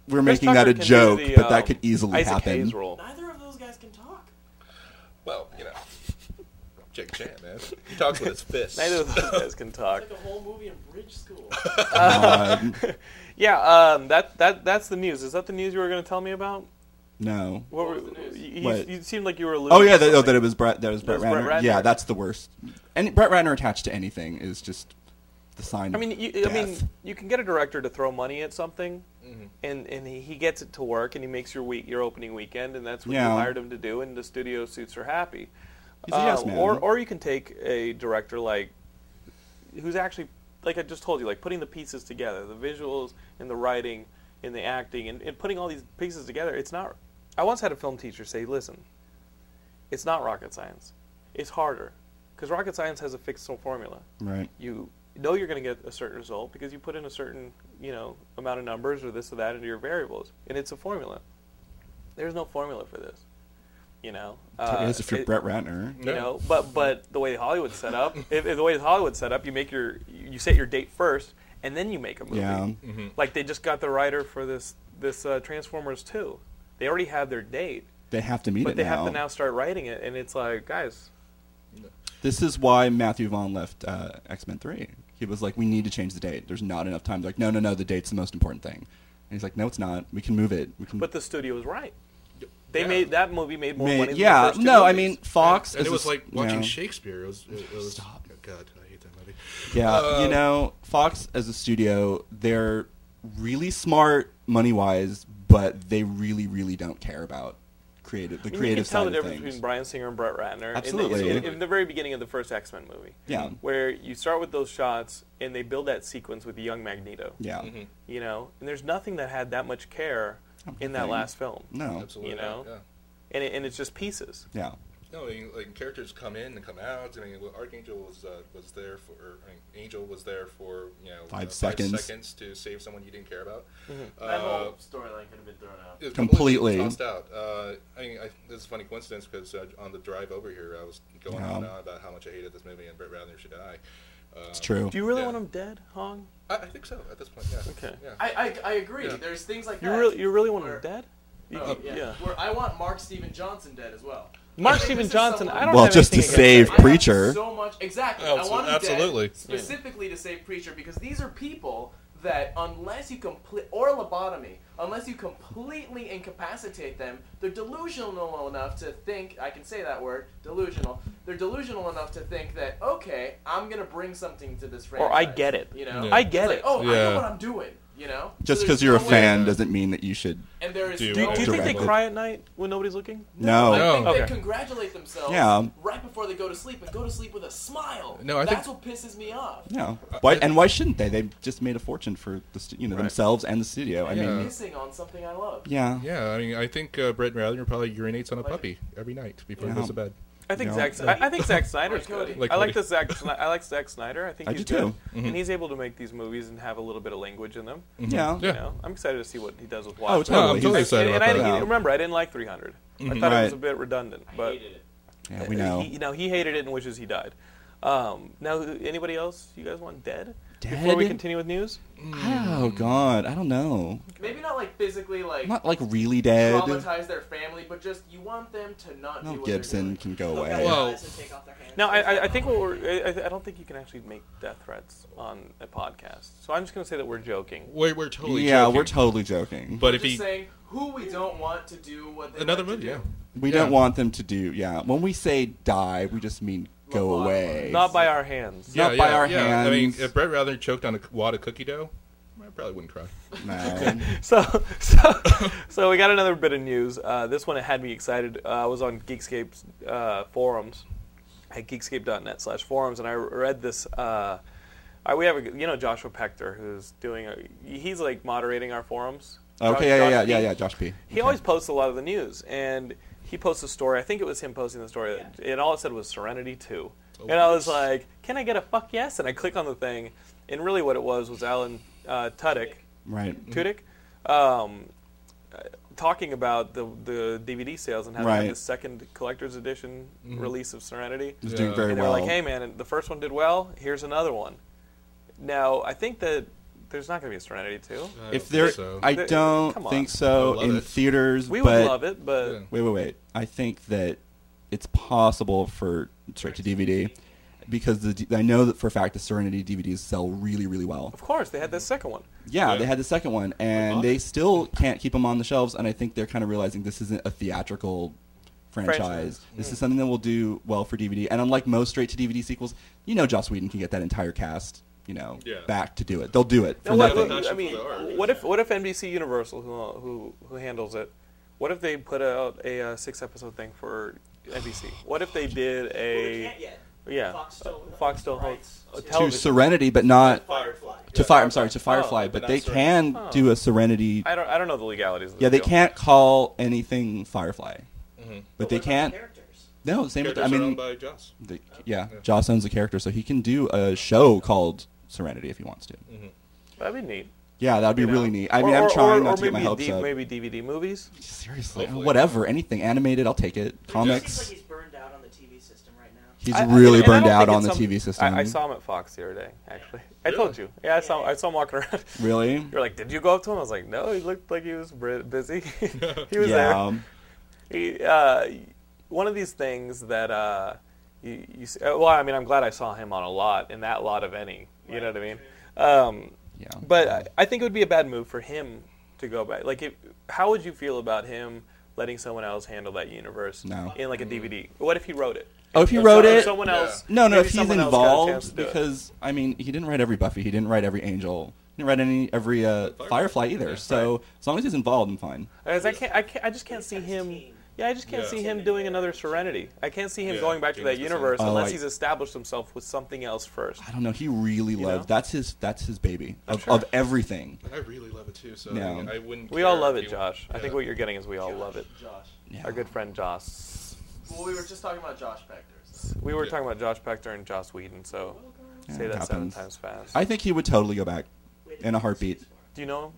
B: we're
A: Chris
B: making that
A: Tucker
B: a
A: can do
B: joke,
A: the,
B: but that
A: um,
B: could easily
A: Isaac
B: happen.
A: Hayes role.
C: Neither of those guys can talk.
D: Well, you know, Jake Chan, man, he talks with his fists.
A: Neither
B: *laughs*
A: of those guys can
C: *laughs*
A: talk.
C: It's like a whole movie in bridge school.
B: Um,
A: Yeah, um, that that that's the news. Is that the news you were going to tell me about?
B: no.
A: What,
C: What was
A: were,
C: the news?
A: You,
B: What?
A: you seemed like you were. alluding
B: Oh yeah,
A: to
B: that, oh,
A: something.
B: that it was Brett. That was Brett,
A: That was
B: Ratner.
A: Brett Ratner.
B: Yeah, that's the worst. And Brett Ratner attached to anything is just the sign.
A: I mean,
B: of
A: you, I
B: death.
A: mean, you can get a director to throw money at something, and and he, he gets it to work, and he makes your week your opening weekend, and that's what
B: Yeah.
A: you hired him to do, and the studio suits are happy. Uh,
B: He's a yes man.
A: Or or you can take a director like who's actually like I just told you, like putting the pieces together, the visuals and the writing and the acting, and, and putting all these pieces together. It's not. I once had a film teacher say, "Listen, it's not rocket science. It's harder because rocket science has a fixed formula."
B: right?
A: you know you're going to get a certain result because you put in a certain you know amount of numbers or this or that into your variables and it's a formula there's no formula for this you know
B: it is if you're
A: uh, it-
B: Brett Ratner.
A: you know but but the way hollywood's set up *laughs* if, if the way hollywood's set up you make your you set your date first and then you make a movie
B: Yeah.
A: like they just got the writer for this this uh, transformers 2 they already have their date
B: They have to meet
A: but
B: it
A: they
B: now.
A: have to now start writing it and it's like guys
B: This is why Matthew Vaughn left uh, X Men Three. He was like, "We need to change the date. There's not enough time." They're like, "No, no, no. The date's the most important thing." And he's like, "No, it's not. We can move it. We can."
A: but the studio was right they
D: Yeah.
A: made that movie made more
B: Ma-
A: money than the
B: yeah,
A: first two
B: no. I
A: movies.
B: mean, Fox.
D: and
B: is
D: it was
B: a-
D: like watching
B: yeah.
D: Shakespeare. It was, it was God, I hate that movie.
B: Yeah,
D: Uh,
B: you know, Fox as a studio, they're really smart money wise, but they really, really don't care about creative the
A: I mean,
B: creative
A: you can tell
B: side
A: the
B: of
A: difference
B: things.
A: between Brian Singer and Brett Ratner. in the-
B: Absolutely.
A: In the, in, the very beginning of the first X Men movie.
B: Yeah.
A: Where you start with those shots and they build that sequence with young Magneto.
B: yeah,
A: You know, and there's nothing that had that much care in that
B: Okay.
A: last film.
B: no,
D: Absolutely.
A: You know?
D: Yeah.
A: And, it, and it's just pieces.
B: yeah,
D: No, I mean, like characters come in and come out. I mean, well, Archangel was uh, was there for or, I mean, Angel was there for you know
B: Five
D: uh,
B: seconds.
D: five seconds to save someone you didn't care about.
C: that
D: Uh,
C: whole storyline could have been thrown out.
D: it was
B: Completely.
D: tossed out. Uh, I mean, I, this is a funny coincidence because uh, on the drive over here, I was going
B: Yeah.
D: on and on about how much I hated this movie and Brett Ratner should die. Uh,
B: it's true.
A: Do you really
D: Yeah.
A: want him dead, Hong?
D: I, I think so at this point. Yeah.
A: Okay.
D: Yeah.
C: I, I, I agree.
D: Yeah.
C: There's things like
A: You
C: that.
A: really, you really want him
C: Or-
A: dead? You-
C: Oh,
A: yeah.
C: yeah. Where I want Mark Steven Johnson dead as well.
A: Mark
C: This
A: Steven
C: is
A: Johnson,
C: someone-
A: I don't
B: Well,
A: have
B: just to
A: anything against
B: save
A: that guy.
C: I have
B: Preacher.
C: So much, exactly.
D: Abso-
C: I want him
D: absolutely.
C: dead, specifically to save Preacher because these are people that unless you complete or lobotomy, unless you completely incapacitate them, they're delusional enough to think I can say that word delusional. They're delusional enough to think that okay, I'm gonna bring something to this franchise.
A: Or I get it.
C: You know,
D: Yeah. I
A: get
C: It's like,
A: it.
C: oh, I
D: Yeah.
C: know what I'm doing. You know, So
B: Just
C: there's
B: because you're a
C: no way-
B: fan doesn't mean that you should.
C: And there is
D: Do you-
C: no
A: Do, do you think they
B: Directly.
A: cry at night when nobody's looking?
B: No.
C: I think
A: Okay.
C: they congratulate themselves
B: Yeah.
C: right before they go to sleep and go to sleep with a smile.
D: No, I
C: That's
D: think-
C: what pisses me off.
B: No. Why, and why shouldn't they? They just made a fortune for the stu- you know
D: Right.
B: themselves and the studio. I
D: Yeah.
B: mean,
C: Missing on something I love.
B: yeah.
D: Yeah, I mean, I think uh, Brett Ratner probably urinates on a puppy every night before he
B: Yeah.
D: goes to bed.
A: I think
B: No.
A: Zack. I, I think Zack Snyder's good.
C: Like
A: I
D: Cody.
A: like the Zack. Sni- I like Zack Snyder. I think
B: I
A: he's
B: do
A: good,
B: too. Mm-hmm.
A: and he's able to make these movies and have a little bit of language in them.
B: Yeah.
A: You
D: Yeah.
A: know, I'm excited to see what he does with
B: Mm-hmm. Oh,
A: Watchmen.
D: No, I'm
B: totally.
D: totally
B: He's-
D: excited
A: and, and
D: about
A: I
D: that.
A: didn't,
B: Yeah.
A: remember, I didn't like 300. I thought it was
B: Mm-hmm. Right.
A: a bit redundant,
E: I
A: but
E: hated it.
B: yeah, we know.
A: He, you know, he hated it and wishes he died. Um, now, anybody else you guys want dead? Before we
B: Dead?
A: continue with news,
B: Oh God, I don't know.
C: Maybe not like physically like
B: Not like really dead.
C: traumatize their family, but just you want them to not do
B: Mel
C: what
B: Gibson
C: they're doing.
B: can go
E: Look
B: away.
E: at
D: Well-
E: their eyes and take off their hands.
A: now I, I, I think what we're, I, I- I don't think you can actually make death threats on a podcast. So I'm just going to say that we're joking.
D: We're, we're totally
B: yeah,
D: joking.
B: we're totally joking.
D: but if
C: Just
D: he
C: saying who we don't want to do what they
D: another
C: want
D: movie,
C: to
D: yeah.
C: do.
B: we
D: Yeah.
B: don't want them to do. Yeah, when we say die, we just mean go
C: Lobotomy.
B: away.
A: Not by our hands.
B: Not by our
D: I mean,
B: hands.
D: if Brett Rather choked on a wad of cookie dough, I probably wouldn't cry.
A: *laughs*
B: No.
A: So, *laughs* so, so we got another bit of news. Uh, this one had me excited. Uh, I was on Geekscape's uh, forums at geekscape.net slash forums, and I read this. Uh, I, we have a, you know Joshua Pechter, who's doing a, he's like moderating our forums.
B: okay.
A: Josh- Josh
B: Yeah, yeah, yeah, yeah,
A: P.
B: yeah. Josh P.
A: He always posts a lot of the news, and he posts a story. I think it was him posting the story, and all it said was Serenity 2. and I was like, can I get a fuck yes? And I click on the thing, and really what it was was Alan uh, Tudyk,
B: Right.
A: Tudyk, um, uh, talking about the, the DVD sales and how they
B: Right.
A: had the second collector's edition release of Serenity.
B: Is
D: Yeah.
B: doing very
A: And they're
B: well.
A: like, hey, man, the first one did well, here's another one. Now, I think that there's not going to be a Serenity 2.
D: I
B: if
D: don't
B: there,
D: think so.
B: I
A: Th-
B: don't
A: come on.
B: think so
D: I love
B: in
D: it.
B: theaters.
A: We would
B: but
A: love it, but.
D: Yeah.
B: Wait, wait, wait. I think that it's possible for straight to DVD because the, I know that for a fact the Serenity DVDs sell really, really well.
A: Of course, they had this second one.
B: Yeah,
D: Yeah.
B: they had the second one, and
D: bought
B: they
D: it.
B: still can't keep them on the shelves. And I think they're kind of realizing this isn't a theatrical franchise.
A: Franchise.
B: This is
D: Mm.
B: something that will do well for DVD. And unlike most straight to DVD sequels, you know, Joss Whedon can get that entire cast, you know,
D: Yeah.
B: back to do it. They'll do it for
A: Now, what,
B: nothing.
A: what- I
D: Production
A: mean,
D: for the art.
A: what if what if NBC Universal, who who who handles it, what if they put out a uh, six episode thing for NBC? What if they did
E: Well, they
A: a
E: can't yet.
A: yeah
E: Fox still-
A: Fox still holds
E: rights
A: a
E: to-
B: to
A: television.
B: Serenity, but not
E: Firefly.
B: to fire. I'm sorry, to Firefly,
A: but
B: but
D: Oh, not
B: they
D: Serenity.
B: can do a Serenity
A: I don't I don't know the legalities. Of
B: Yeah,
A: this
B: they
A: deal.
B: can't call anything Firefly, but
E: But
B: they
E: what about the
B: can't.
E: Characters.
B: No, same with. I
D: Mm-hmm. Characters are
B: mean,
D: owned by Joss.
B: the, yeah, Joss owns the character, so he can do a show called Serenity if he wants to.
A: That'd be neat.
B: Yeah, that'd
A: Mm.
B: be
A: you know?
B: really neat. I
A: Or-
B: mean,
A: or,
B: I'm
A: or,
B: trying not
A: or
B: to get my
A: maybe
B: hopes
A: D-
B: up.
A: Maybe DVD movies.
B: Seriously,
D: Hopefully.
B: whatever, anything animated, I'll take it.
E: It just seems
B: Comics.
E: like he's burned out on the TV system right now.
B: He's
A: I- I-
B: really
A: and I don't
B: burned
A: think
B: out
A: it's
B: on the
A: some-
B: TV system.
A: I, I saw him at Fox the other day. Actually, I
D: Really?
A: told you. Yeah, I saw I saw him walking around. *laughs*
B: Really?
A: You're like, did you go up to him? I was like, no. He looked like he was bri- busy. *laughs*
B: *laughs*
A: he was there.
B: Yeah.
A: He, uh, one of these things that uh, you, you s- uh, well, I mean, I'm glad I saw him on a lot in that lot of any. You know what I mean? Um,
B: Yeah.
A: But I, I think it would be a bad move for him to go back. Like, if, how would you feel about him letting someone else handle that universe
B: No.
A: in like a DVD? What if he wrote it?
B: Oh, if he
A: If
B: wrote
A: so- if
B: it.
A: someone
D: Mm-hmm. Yeah.
A: else.
B: No, no,
A: maybe
B: if he's
A: someone else got a chance to
B: involved,
A: do it.
B: because I mean, he didn't write every Buffy, he didn't write every Angel, he didn't write any every uh,
D: Firefly.
B: Firefly either.
D: Yeah.
B: So as long as he's involved, I'm fine.
A: Because I can't, I can't, I just can't see
E: He's got his
A: him.
E: team.
A: Yeah, I just can't
D: Yeah.
A: see him doing another Serenity. I can't see him
D: Yeah,
A: going back to
D: doing
A: that
D: the same.
A: universe
B: Oh,
A: unless
B: I-
A: he's established himself with something else first.
B: I don't know. He really loved.
A: know?
B: That's his. That's his baby of,
A: sure.
B: of everything.
D: I really love it too, so
B: No.
D: I, I wouldn't.
A: We
D: care
A: all love
D: if
A: it,
D: you-
A: Josh. I
D: yeah.
A: think what you're getting is we all love it.
C: Josh.
B: Yeah.
A: Our good friend Joss.
C: Well, we were just talking about Josh Pector. So.
A: We were
D: Yeah.
A: talking about Josh Pector and Joss Whedon, so
B: Yeah,
A: say
B: it
A: that seven
B: happens.
A: times fast.
B: I think he would totally go back
E: Wait,
B: in a heartbeat.
A: do you know him?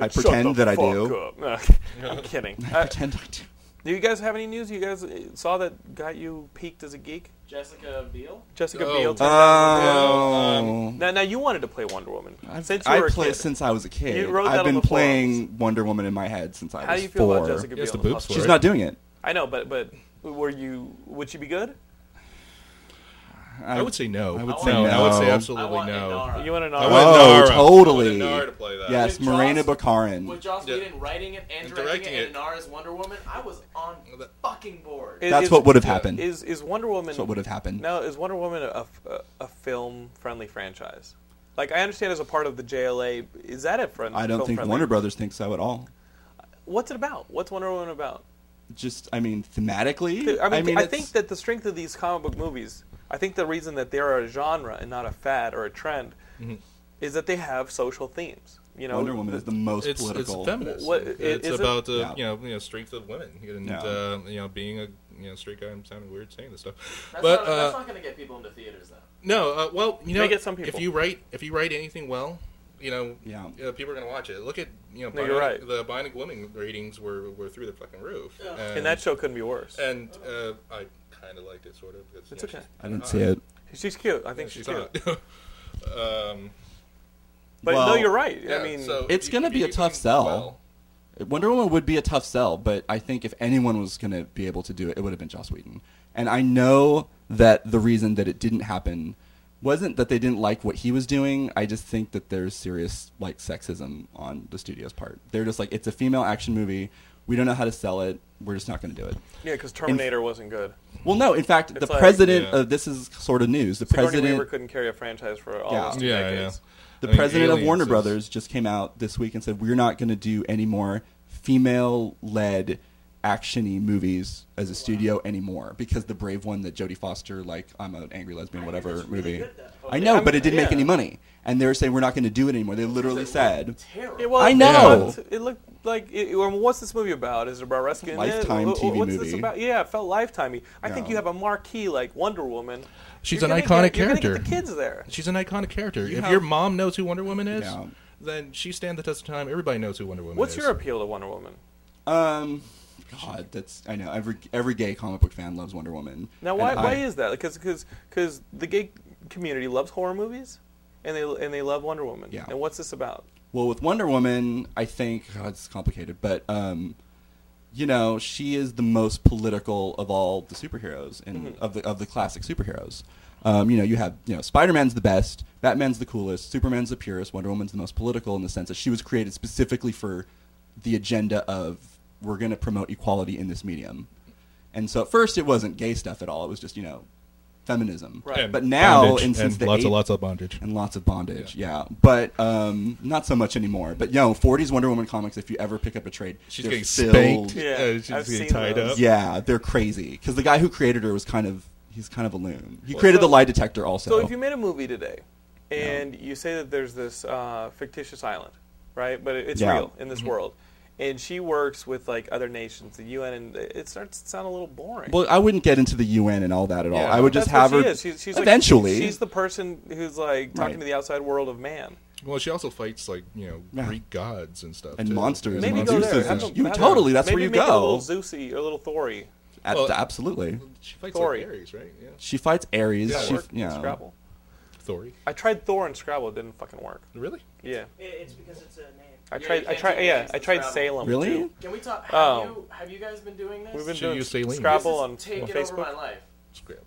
B: I
A: Shut
B: pretend
A: the
B: that I
A: fuck
B: do.
A: up. *laughs* No,
D: *laughs*
A: I'm kidding.
B: I
A: Uh,
B: pretend I
A: *laughs*
B: do.
A: do you guys have any news you guys uh, saw that got you peaked as a geek?
C: Jessica Biel.
A: Jessica
D: Oh.
A: Biel. turned
B: Uh,
A: out to be dead.
B: Oh.
A: now, now you wanted to play Wonder Woman.
B: I've,
A: um, Since you
B: I
A: were a
B: play
A: kid,
B: since I was a kid.
A: You wrote that
B: I've
A: on
B: been
A: the
B: playing Wonder Woman in my head since I was
A: how do you feel
B: four.
A: about Jessica Biel?
D: Yes, the
A: in the
D: boobs
A: Hufflepuff?
D: were-
B: She's not doing it.
A: I know, but but were you? Would she be good?
D: I, would say no.
B: I would
C: say
D: no. I would say
B: no.
C: I
D: absolutely
C: want
D: no.
C: Inara.
A: You want to
D: I
A: know?
D: want
B: Oh,
D: Nara.
B: totally.
D: I want Nara to play that.
A: Uh,
B: Yes,
C: With
B: Marina
C: Jaws-
B: Bakarin.
C: With Joss
D: Yeah.
C: Whedon writing it and
D: And
C: directing,
D: directing
C: it,
D: it.
C: and Inara's Wonder Woman, I was on
D: That-
C: fucking board.
A: It-
B: That's
A: is-
B: what would have
D: yeah.
B: happened.
A: Is is Wonder Woman?
B: That's what would have happened.
A: Now, is Wonder Woman a, film friendly franchise? Like, I understand as a part of the JLA, is that a friend?
B: I don't think
A: film-friendly-
B: Warner Brothers thinks so at all.
A: What's it about? What's Wonder Woman about?
B: Just, I mean, thematically.
A: I mean, I,
B: it's-
A: think that the strength of these comic book movies, I think the reason that they are a genre and not a fad or a trend, is that they have social themes. You know,
B: Wonder Woman is the most
D: It's, it's
B: political.
D: feminist.
A: What- it-
D: it's,
A: it's a-
D: about the
B: Yeah.
D: you know you know strength of women and
B: Yeah.
D: uh, you know being a you know straight guy. I'm sounding weird saying this stuff,
C: That's,
D: but
C: not,
D: uh,
C: that's not going to get people into theaters, though.
D: No, uh, well, you know,
A: They get some people.
D: if you write if you write anything well, you know,
B: Yeah.
D: uh, people are gonna watch it. Look at you know,
A: No,
D: Bionic,
A: you're right.
D: the Bionic Woman ratings were, were through the fucking roof,
C: Yeah.
D: and,
A: and that show couldn't be worse.
D: and uh, I kind of liked it sort of. It's,
A: It's
D: you know,
A: okay.
D: she's-
B: I didn't
D: uh,
B: see it.
A: she's cute. I think
D: yeah,
A: she's
D: she's
A: cute. *laughs*
D: hot. um,
A: But no,
B: Well,
A: you're right.
D: yeah,
A: I mean,
D: so
B: It's
D: if
B: gonna
D: if
B: be a
D: do
B: tough
D: things
B: sell.
D: well-
B: Wonder Woman would be a tough sell, but I think if anyone was going to be able to do it, it would have been Joss Whedon. And I know that the reason that it didn't happen wasn't that they didn't like what he was doing. I just think that there's serious like sexism on the studio's part. They're just like, it's a female action movie. We don't know how to sell it. We're just not going to do it.
A: yeah, because Terminator wasn't good.
B: Well, no. In fact, the
A: It's like-
B: president
D: Yeah.
B: of this is sort of news. The
A: Sigourney
B: president
A: Weaver couldn't carry a franchise for all
B: Yeah.
A: those two
D: Yeah, I know.
A: decades.
B: The
D: I mean,
B: president of
D: Aliens
B: Warner
D: is-
B: Brothers just came out this week and said we're not going to do any more female-led actiony movies as a studio anymore because the brave one that Jodie Foster like I'm an angry lesbian whatever
E: it's
B: movie.
E: really good, though.
B: I know,
A: I'm-
B: but it didn't make
A: yeah.
B: any money, and they were saying we're not going to do it anymore. They literally said
C: Terrible.
A: Yeah, well,
B: I
A: it
B: know.
A: looked- It looked, like. It, it- well, what's this movie about? Is it about rescuing?
B: Lifetime
A: it? Wh- wh-
B: TV
A: what's This
B: movie.
A: about? Yeah, it felt lifetimey. I think
B: Yeah.
A: you have a marquee like Wonder Woman.
D: She's
A: You're
D: an
A: gonna
D: iconic
A: get- you're gonna
D: character.
A: get the kids there.
D: She's an iconic character. if
B: have-
D: your mom knows who Wonder Woman is,
B: Yeah.
D: then she stands the test of time. Everybody knows who Wonder Woman
A: What's
D: is.
A: your appeal to Wonder Woman?
B: um God, that's I know every every gay comic book fan loves Wonder Woman.
A: Now,
B: And
A: why,
B: I-
A: why is that? Because because the gay community loves horror movies, and they and they love Wonder Woman.
B: Yeah.
A: And what's this about?
B: Well, with Wonder Woman, I think God, it's complicated, but um, you know, she is the most political of all the superheroes in of the of the classic superheroes. Um, you know, you have you know Spider Man's the best, Batman's the coolest, Superman's the purest, Wonder Woman's the most political in the sense that she was created specifically for the agenda of we're going to promote equality in this medium. And so at first it wasn't gay stuff at all; it was just you know feminism.
A: Right.
B: But now,
D: bondage,
B: and since
D: and
B: the
D: lots
B: eight-
D: and lots of bondage.
B: and lots of bondage. Yeah, but um, not so much anymore. But yo, '40s Wonder Woman comics. If you ever pick up a trade,
D: She's
B: they're
D: getting
B: filled-
D: spanked.
A: Yeah,
D: uh, she's
A: I've
D: getting
A: seen
D: tied
A: those.
D: up.
B: Yeah, they're crazy because the guy who created her was kind of he's kind of a loon. He created the lie detector also.
A: So if you made a movie today, and you say that there's this uh, fictitious island, right? But it- it's
B: Yeah. Mm-hmm.
A: real in this world, and she works with like other nations, the UN, and it starts to sound a little boring.
B: well, I wouldn't get into the UN and all that at all.
D: Yeah.
B: I would just
A: That's
B: have
A: what she
B: her
A: is. She's, she's like-
B: eventually.
A: she's the person who's like talking
B: Right.
A: to the outside world of man.
D: Well, she also fights like you know
B: Yeah.
D: Greek gods and stuff
B: And
D: too.
B: monsters
A: Maybe
B: and
A: go
B: Zeus
A: there.
B: is-
A: Have them-
B: you
A: have them-
B: totally. That's
A: maybe
B: where you
A: make it a little
B: go.
A: Zeusy or a little Thory.
B: At-
D: Well-
B: absolutely.
D: She fights
A: Thor.
D: like Ares, right? Yeah,
B: She fights Ares.
D: Yeah.
B: she,
A: Work in
B: yeah.
A: Scrabble.
D: Thor.
A: I tried Thor and Scrabble. It didn't fucking work.
D: Really?
A: Yeah.
E: It, it's because it's a name.
A: I
C: Yeah,
A: tried.
C: you
A: I
C: can't
A: tried.
C: do
A: Yeah.
C: games
A: I
C: with
A: tried
C: Scrabble.
A: Salem.
B: Really?
A: too.
C: Can we talk? Have,
A: Oh.
C: you, have you guys been doing this?
A: We've been
D: Should
A: doing
D: use Saline.
C: This
A: Scrabble
C: is
A: on, on
C: taking over
A: Facebook.
C: my life.
D: Scrabble.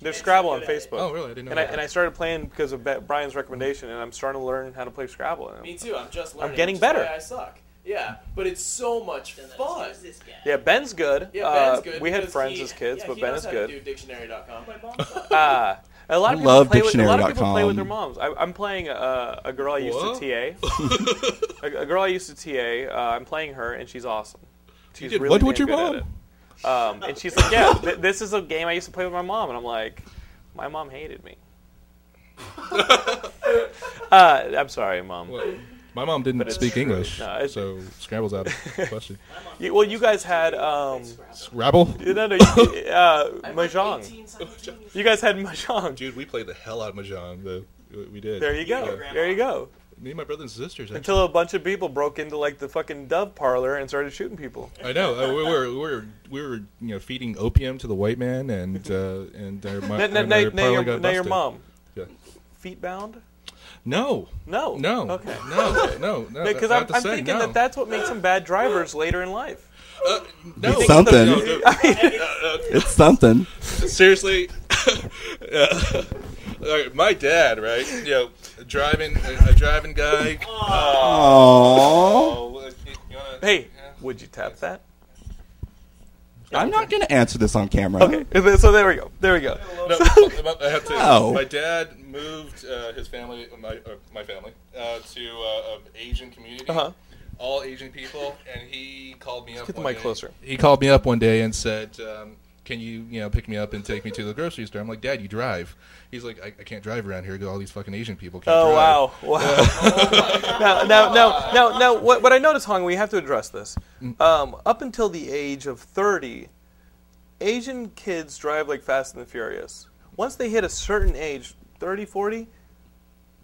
A: There's
E: Yeah,
A: Scrabble on
E: it's good at it.
A: Facebook.
D: Oh, really? I didn't know.
A: And I,
D: that.
A: and I started playing because of Ba- Brian's recommendation, and I'm starting to learn how to play Scrabble.
C: Me too. I'm just learning.
A: getting
C: which is
A: better.
C: why I suck. Yeah, but it's so much
E: Then that's-
C: fun.
E: who's this guy?
A: Yeah, Ben's good.
C: Yeah, Ben's
A: Uh,
C: good.
A: we had
C: because
A: friends
C: he-
A: as kids,
C: yeah,
A: but
C: he
A: Ben
C: knows
A: is
C: how
A: good.
C: To do dictionary.com.
E: My mom thought
A: Ah, a lot of
B: I
A: people
B: love
A: play with, a lot of people play
B: dictionary.com.
A: with their moms. I, I'm playing uh, a, a girl I used
D: What?
A: to TA.
D: *laughs*
A: a, a girl I used to TA. Uh, I'm playing her, and she's awesome. She's
D: did
A: really
D: what with
A: damn
D: your
A: good at it. Um, and she's like, "Yeah, th- this is a game I used to play with my mom," and I'm like, "My mom hated
D: *laughs*
A: me." uh, I'm sorry, mom.
D: Well, my mom
A: But
D: didn't
A: it's
D: speak
A: true.
D: English,
A: No, it's-
D: so Scrabble's out of
A: *laughs*
D: the question.
A: You, well, you guys had um,
D: Scrabble.
A: no, no, you- uh,
C: I'm like
A: mahjong.
C: 18, 17.
A: You guys had mahjong.
D: Dude, we played the hell out of mahjong. The we did.
A: There you go.
D: Yeah.
A: There you go.
D: Me and my brothers and
A: *laughs*
D: sisters. Actually.
A: Until a bunch of people broke into like the fucking Dove parlor and started shooting people.
D: I know. Uh, we were we were we were you know feeding opium to the white man and uh, and our, my,
A: Now, now,
D: our-
A: now, now,
D: our parlor
A: your,
D: got
A: now your
D: busted.
A: mom,
D: Yeah.
A: feet bound?
D: No.
A: No.
D: No.
A: Okay. *laughs*
D: No. No. No.
A: Because
D: I
A: I'm,
D: have to
A: I'm
D: say,
A: thinking
D: no.
A: that that's what makes them bad drivers later in life.
D: no.
A: *laughs*
B: It's something.
D: No, no, no.
B: It's something.
D: Seriously, *laughs* Yeah. Like, my dad, right? You know, a driving, a, a driving guy.
A: Uh,
B: Oh,
D: Oh, uh, you- you wanna-
A: Hey,
D: yeah.
A: would you tap that?
B: I'm not gonna answer this on camera.
A: Okay, *laughs* so there we go. There we go.
D: No, I have to.
B: No.
D: My dad moved uh, his family, my uh, my family, uh, to uh, an Asian community.
A: Uh-huh.
D: All Asian people, and he called me up.
A: Get the
D: one
A: mic
D: day.
A: closer.
D: He called me up one day and said, um, "Can you, you know, pick me up and take me to the grocery store?" I'm like, "Dad, you drive." He's like, "I, I can't drive around here. All these fucking Asian people can't
A: Oh
D: drive."
A: wow! Wow.
D: *laughs*
A: now, now, now, now, now, what, what I notice, Hong, we have to address this.
D: Mm.
A: Um, up until the age of thirty, Asian kids drive like Fast and the Furious. Once they hit a certain age, 30, 40,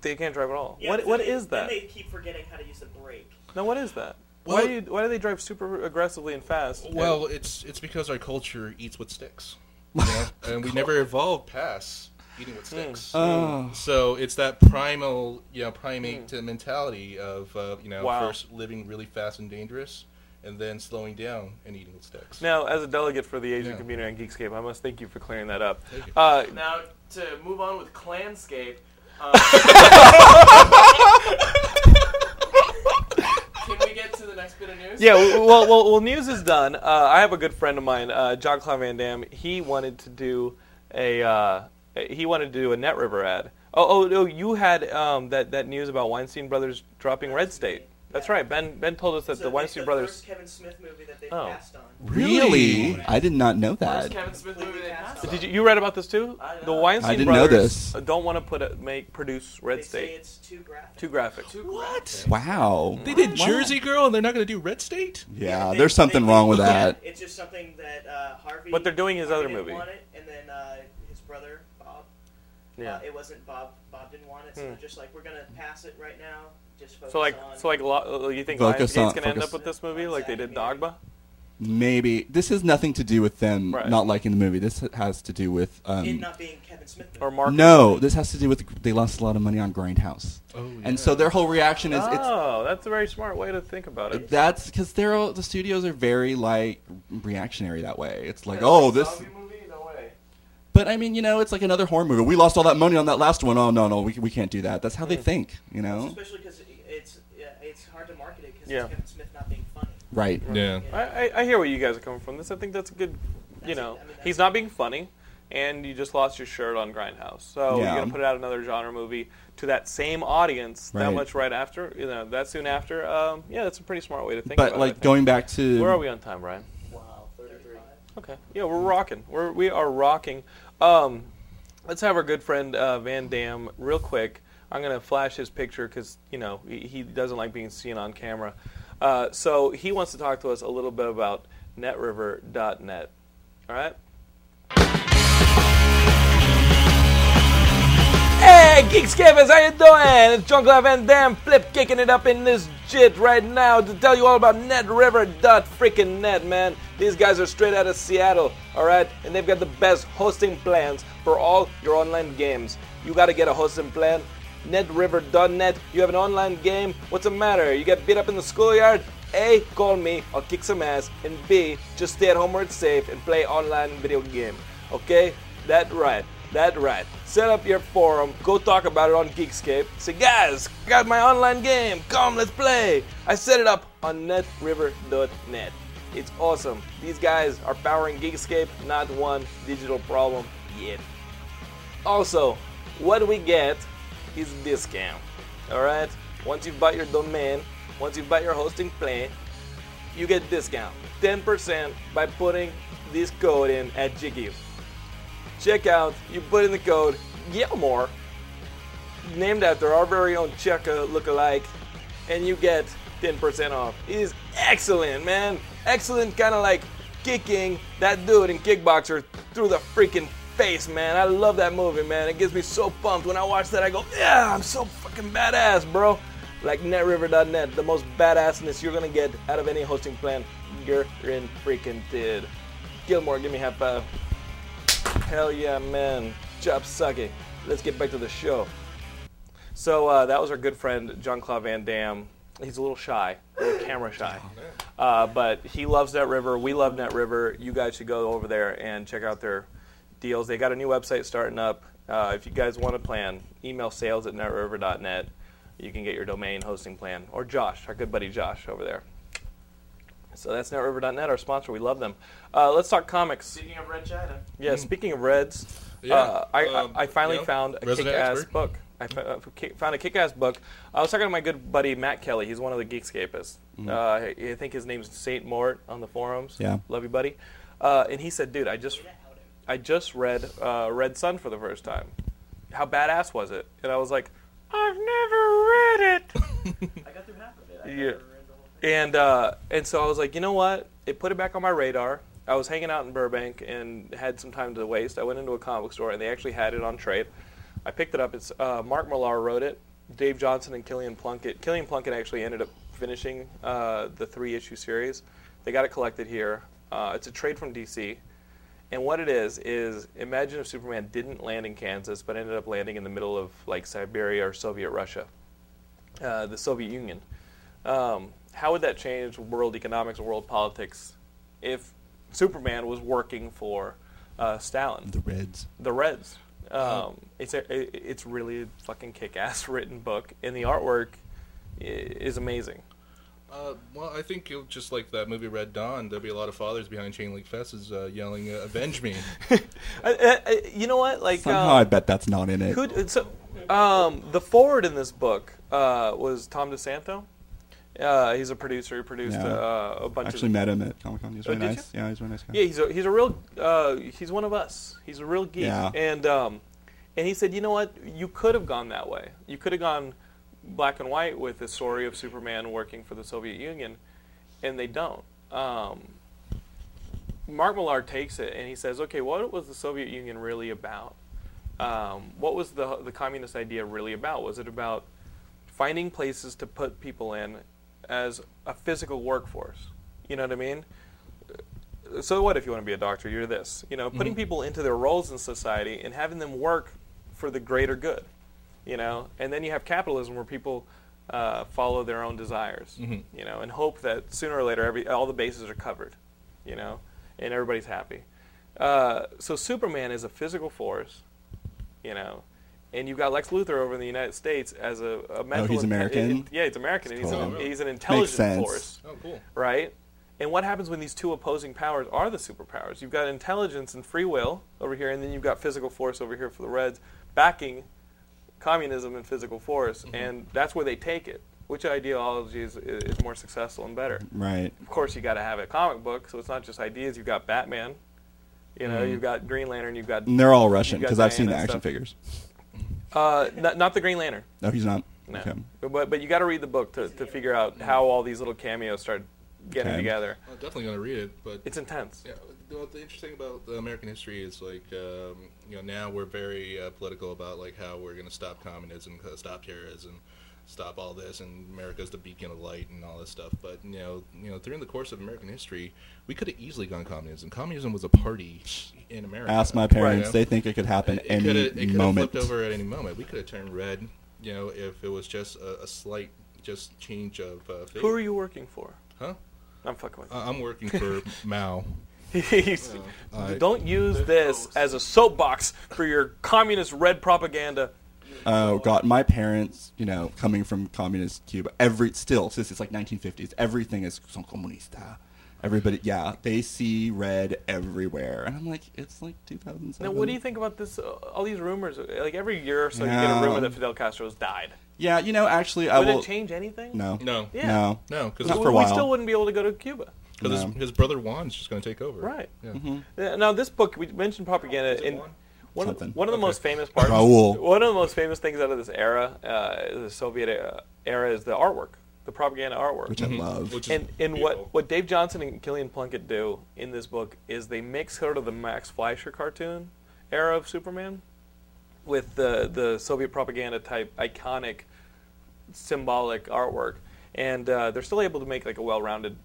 A: they can't drive at all.
E: Yeah,
A: what
E: so
A: what
E: they-
A: is that?
E: Then they keep forgetting how to use the brake.
A: Now, what is that? why
D: Well-
A: do you, why do they drive super aggressively and fast? and-
D: Well, it's it's because our culture eats what sticks,
A: *laughs*
D: you know? and we never evolved past eating what sticks.
B: Oh.
D: So it's that primal, you know, primate uh mentality of uh, you know
A: Hmm. Wow.
D: first living really fast and dangerous, and then slowing down and eating what sticks.
A: now, as a delegate for the Asian
D: Yeah.
A: community on Geekscape, I must thank you for clearing that up.
D: Thank you.
A: Uh,
C: Now to move on with Clanscape. Um, can we get to the next bit of news?
A: yeah, w- well, well, well, news is done. Uh, I have a good friend of mine, uh, John Claude Van Damme. He wanted to do a uh, he wanted to do a NetRiver ad. Oh, oh, no, you had um, that that news about Weinstein Brothers dropping Red State. That's right. Ben Ben told us that
E: So
A: the
E: it's
A: Weinstein
E: the
A: Brothers.
E: First Kevin Smith movie that they
A: Oh.
E: passed on.
B: really? I did not know
C: First
B: that.
C: Kevin Smith movie they passed.
A: Did you, you read about this too?
C: I
E: uh,
C: know.
A: The Weinstein
B: I didn't know
A: Brothers uh,
B: this.
A: don't want to put a, make produce Red
E: They say
A: State.
E: it's too graphic.
A: Too graphic.
D: What?
B: Wow.
D: They did
B: Wow.
D: Jersey Girl, and they're not going to do Red State.
B: Yeah,
E: they-
B: there's something
E: they-
B: wrong with
E: yeah,
B: that.
E: It's just something that uh, Harvey.
A: But they're doing his
E: Harvey
A: other
E: didn't
A: movie.
E: Want it, and then uh, his brother Bob.
A: Yeah. Hmm.
E: Uh, it wasn't Bob. Bob didn't want it, so they're just like, we're gonna pass it right now. Just focus
A: So like
E: on.
A: so like lo- uh, you think
B: Focus
A: Lionsgate's
B: on-
A: gonna end
B: focus-
A: up with this movie like they did Dogma?
B: Maybe this has nothing to do with them
A: Right.
B: not liking the movie. This has to do with
E: it
B: um,
E: not being Kevin Smith.
A: Or
E: movie.
A: Mark?
B: no. This has to do with they lost a lot of money on Grindhouse,
D: Oh,
B: and so their whole reaction is it's
A: Oh, that's a very smart way to think about it.
B: That's because they're all, the studios are very like reactionary that way. It's like, oh, this.
C: Zombie movie? No way.
B: But I mean, you know, it's like another horror movie. We lost all that money on that last one. Oh no, no, we, we can't do that. That's how they think, you know.
E: Especially because it's yeah, it's hard to market it because
A: Yeah.
E: it's Kevin Smith not being funny.
B: Right.
D: yeah.
E: you know?
A: I, I, I hear where you guys are coming from. This, I think that's a good, you
E: That's-
A: know,
E: I mean, that's-
A: he's not being funny, and you just lost your shirt on Grindhouse. So
B: Yeah.
A: you're gonna put out another genre movie to that same audience that
B: Right.
A: much right after, you know, that soon after. Um, yeah, that's a pretty smart way to think. about it,
B: But
A: I
B: like
A: think.
B: going back to
A: where are we on time, Brian?
E: Wow, 33.
A: Okay, yeah, we're rocking. We're we are rocking. Um, let's have our good friend uh, Van Dam real quick. I'm gonna flash his picture because you know he, he doesn't like being seen on camera. Uh, so he wants to talk to us a little bit about netriver.net. All right. Hey, Geekscapers, how you doing? It's John Claude Van Damme, flip kicking it up in this jit right now to tell you all about NetRiver.freaking net, man. These guys are straight out of Seattle, all right? And they've got the best hosting plans for all your online games. You got to get a hosting plan. NetRiver.net, you have an online game. What's the matter? You get beat up in the schoolyard? A, call me, I'll kick some ass. And B, just stay at home where it's safe and play online video game. Okay? That right. That right. Set up your forum. Go talk about it on Geekscape. Say, guys, got my online game. Come, let's play. I set it up on netriver.net. It's awesome. These guys are powering Geekscape, not one digital problem yet. Also, what we get is discount. Alright? Once you bought your domain, once you bought your hosting plan, you get discount. 10% by putting this code in at Jiggy check out. You put in the code Gilmore, named after our very own Cheka lookalike, and you get 10% off. It is excellent, man. Excellent, kind of like kicking that dude in Kickboxer through the freaking face, man. I love that movie, man. It gets me so pumped when I watch that. I go, yeah, I'm so fucking badass, bro. Like netriver.net, the most badassness you're gonna get out of any hosting plan you're in freaking did. Gilmore, give me half five. Hell yeah, man. Chop sucking. Let's get back to the show. So uh, that was our good friend John Claude Van Damme. He's a little shy, a little camera shy, uh, but he loves Net River. We love Net River. You guys should go over there and check out their deals. They got a new website starting up. Uh, if you guys want a plan, email sales at netriver.net. You can get your domain hosting plan. Or Josh, our good buddy Josh over there. So that's netriver.net, our sponsor. We love them. Uh, let's talk comics.
C: Speaking of Red China,
A: Yeah, speaking of Reds,
D: Mm. Yeah,
A: uh, I,
D: um,
A: I, I finally
D: you know,
A: found a
D: resident
A: kick-ass
D: expert.
A: book. I fo- uh, kick- found a kick-ass book. I was talking to my good buddy Matt Kelly. He's one of the Geekscapists.
D: Mm-hmm.
A: Uh, I- I think his name's Saint Mort on the forums.
B: Yeah.
A: love you, buddy. Uh, and he said, "Dude, I just,
E: Way to out him.
A: I just read uh, Red Sun for the first time. How badass was it?" And I was like, "I've never read it."
E: I got through half of it. I
A: Yeah.
E: never read the whole thing.
A: And uh, and so I was like, you know what? It put it back on my radar. I was hanging out in Burbank and had some time to waste. I went into a comic book store and they actually had it on trade. I picked it up. It's uh, Mark Millar wrote it. Dave Johnson and Killian Plunkett. Killian Plunkett actually ended up finishing uh, the three issue series. They got it collected here. Uh, it's a trade from DC. And what it is is imagine if Superman didn't land in Kansas but ended up landing in the middle of like Siberia or Soviet Russia, uh, the Soviet Union. Um, how would that change world economics, world politics, if Superman was working for uh, Stalin,
B: The Reds.
A: the Reds? Um, it's a, it- it's really a fucking kick-ass *laughs* written book, and the artwork i- is amazing.
D: Uh, well, I think you'll just like that movie Red Dawn. There'll be a lot of fathers behind chain link fences uh, yelling, uh,
B: *laughs*
D: "Avenge me!"
A: I, I, I- you know what? Like
B: Somehow
A: um,
B: I bet that's not in it.
A: Who, d- so, um, the forward in this book uh, was Tom DeSanto. Uh, he's a producer. He produced
B: Yeah.
A: uh, a bunch
B: Actually
A: of.
B: met him at Comic Con. He was
A: Oh,
B: really
A: did
B: nice. Yeah, he was a really nice guy.
A: yeah, he's a, he's a real. Uh, he's one of us. He's a real geek.
B: Yeah.
A: And um, and he said, you know what? You could have gone that way. You could have gone black and white with the story of Superman working for the Soviet Union, and they don't. Um, Mark Millar takes it and he says, okay, what was the Soviet Union really about? Um, what was the, the communist idea really about? Was it about finding places to put people in as a physical workforce? You know what I mean? So what if you want to be a doctor? You're this. You know,
B: Mm-hmm.
A: putting people into their roles in society and having them work for the greater good. You know, and then you have capitalism where people uh, follow their own desires.
B: Mm-hmm.
A: You know, and hope that sooner or later every all the bases are covered you know, and everybody's happy. Uh, so Superman is a physical force, you know, and you've got Lex Luthor over in the United States as a, a mental.
B: Oh, he's American?
A: it- it- yeah, he's American. and he's,
B: cool.
A: an, he's an intelligent
B: sense.
A: force,
D: oh, cool.
A: right? And what happens when these two opposing powers are the superpowers? You've got intelligence and free will over here, and then you've got physical force over here for the Reds backing communism and physical force,
B: Mm-hmm.
A: and that's where they take it. Which ideology is, is more successful and better?
B: Right.
A: of course you got to have a comic book, so it's not just ideas. You've got Batman, you
B: Mm-hmm.
A: know, you've got Green Lantern, you've got
B: And they're all Russian
A: You got
B: because I've seen the
A: Diana
B: action
A: stuff.
B: figures.
A: uh, not, not the Green Lantern,
B: No, he's not.
A: no,
B: Okay.
A: but but you got to read the book to, to figure out how all these little cameos start getting
B: Okay.
A: together.
D: I'm definitely gonna read it, but
A: It's intense.
D: Yeah, well, the interesting about the American history is like um, you know now we're very uh, political about like how we're going to stop communism, uh, stop terrorism, stop all this, and America's the beacon of light and all this stuff. But you know, you know, during the course of American history, we could have easily gone communism. Communism was a party in America.
B: Ask my
D: you
B: parents.
D: know?
B: They think it could happen
D: It
B: any
D: coulda- it coulda
B: moment.
D: flipped over at any moment. We could have turned red, you know, if it was just a, a slight just change of. Uh,
A: Who are you working for?
D: Huh?
A: I'm fucking
B: Uh,
A: with
D: I- I'm working for Mao.
A: you. *laughs* He's-
D: I-
A: Don't use this as a soapbox for your communist red propaganda.
B: Oh God, my parents, you know, coming from communist Cuba, every still since it's like 1950s, everything is son comunista. Everybody, yeah, they see red everywhere, and I'm like, it's like 2007.
A: Now, what do you think about this? Uh, all these rumors, like every year or so, you get
B: Yeah.
A: a rumor that Fidel Castro's died.
B: Yeah, you know, actually, I
A: Would
B: will.
A: it change anything?
B: No,
D: No.
A: Yeah.
B: no,
D: No, because
B: Not
A: We-
B: for a
A: we
B: while.
A: still wouldn't be able to go to Cuba.
D: Because
B: No.
D: his, his brother Juan's just going to take over.
A: Right.
D: Yeah.
B: Mm-hmm.
A: Uh, Now, this book we mentioned propaganda,
D: it
A: and
D: one?
A: one of, the-
B: Something.
A: one of the most famous parts.
B: Raoul.
A: One of the most famous things out of this era, uh, the Soviet era, era, is the artwork, the propaganda artwork.
B: which
D: Mm-hmm.
B: I love.
D: Which is
A: and and
D: beautiful.
A: what, what Dave Johnson and Killian Plunkett do in this book is they mix sort of the Max Fleischer cartoon era of Superman with the the Soviet propaganda type iconic symbolic artwork, and uh, they're still able to make like a well-rounded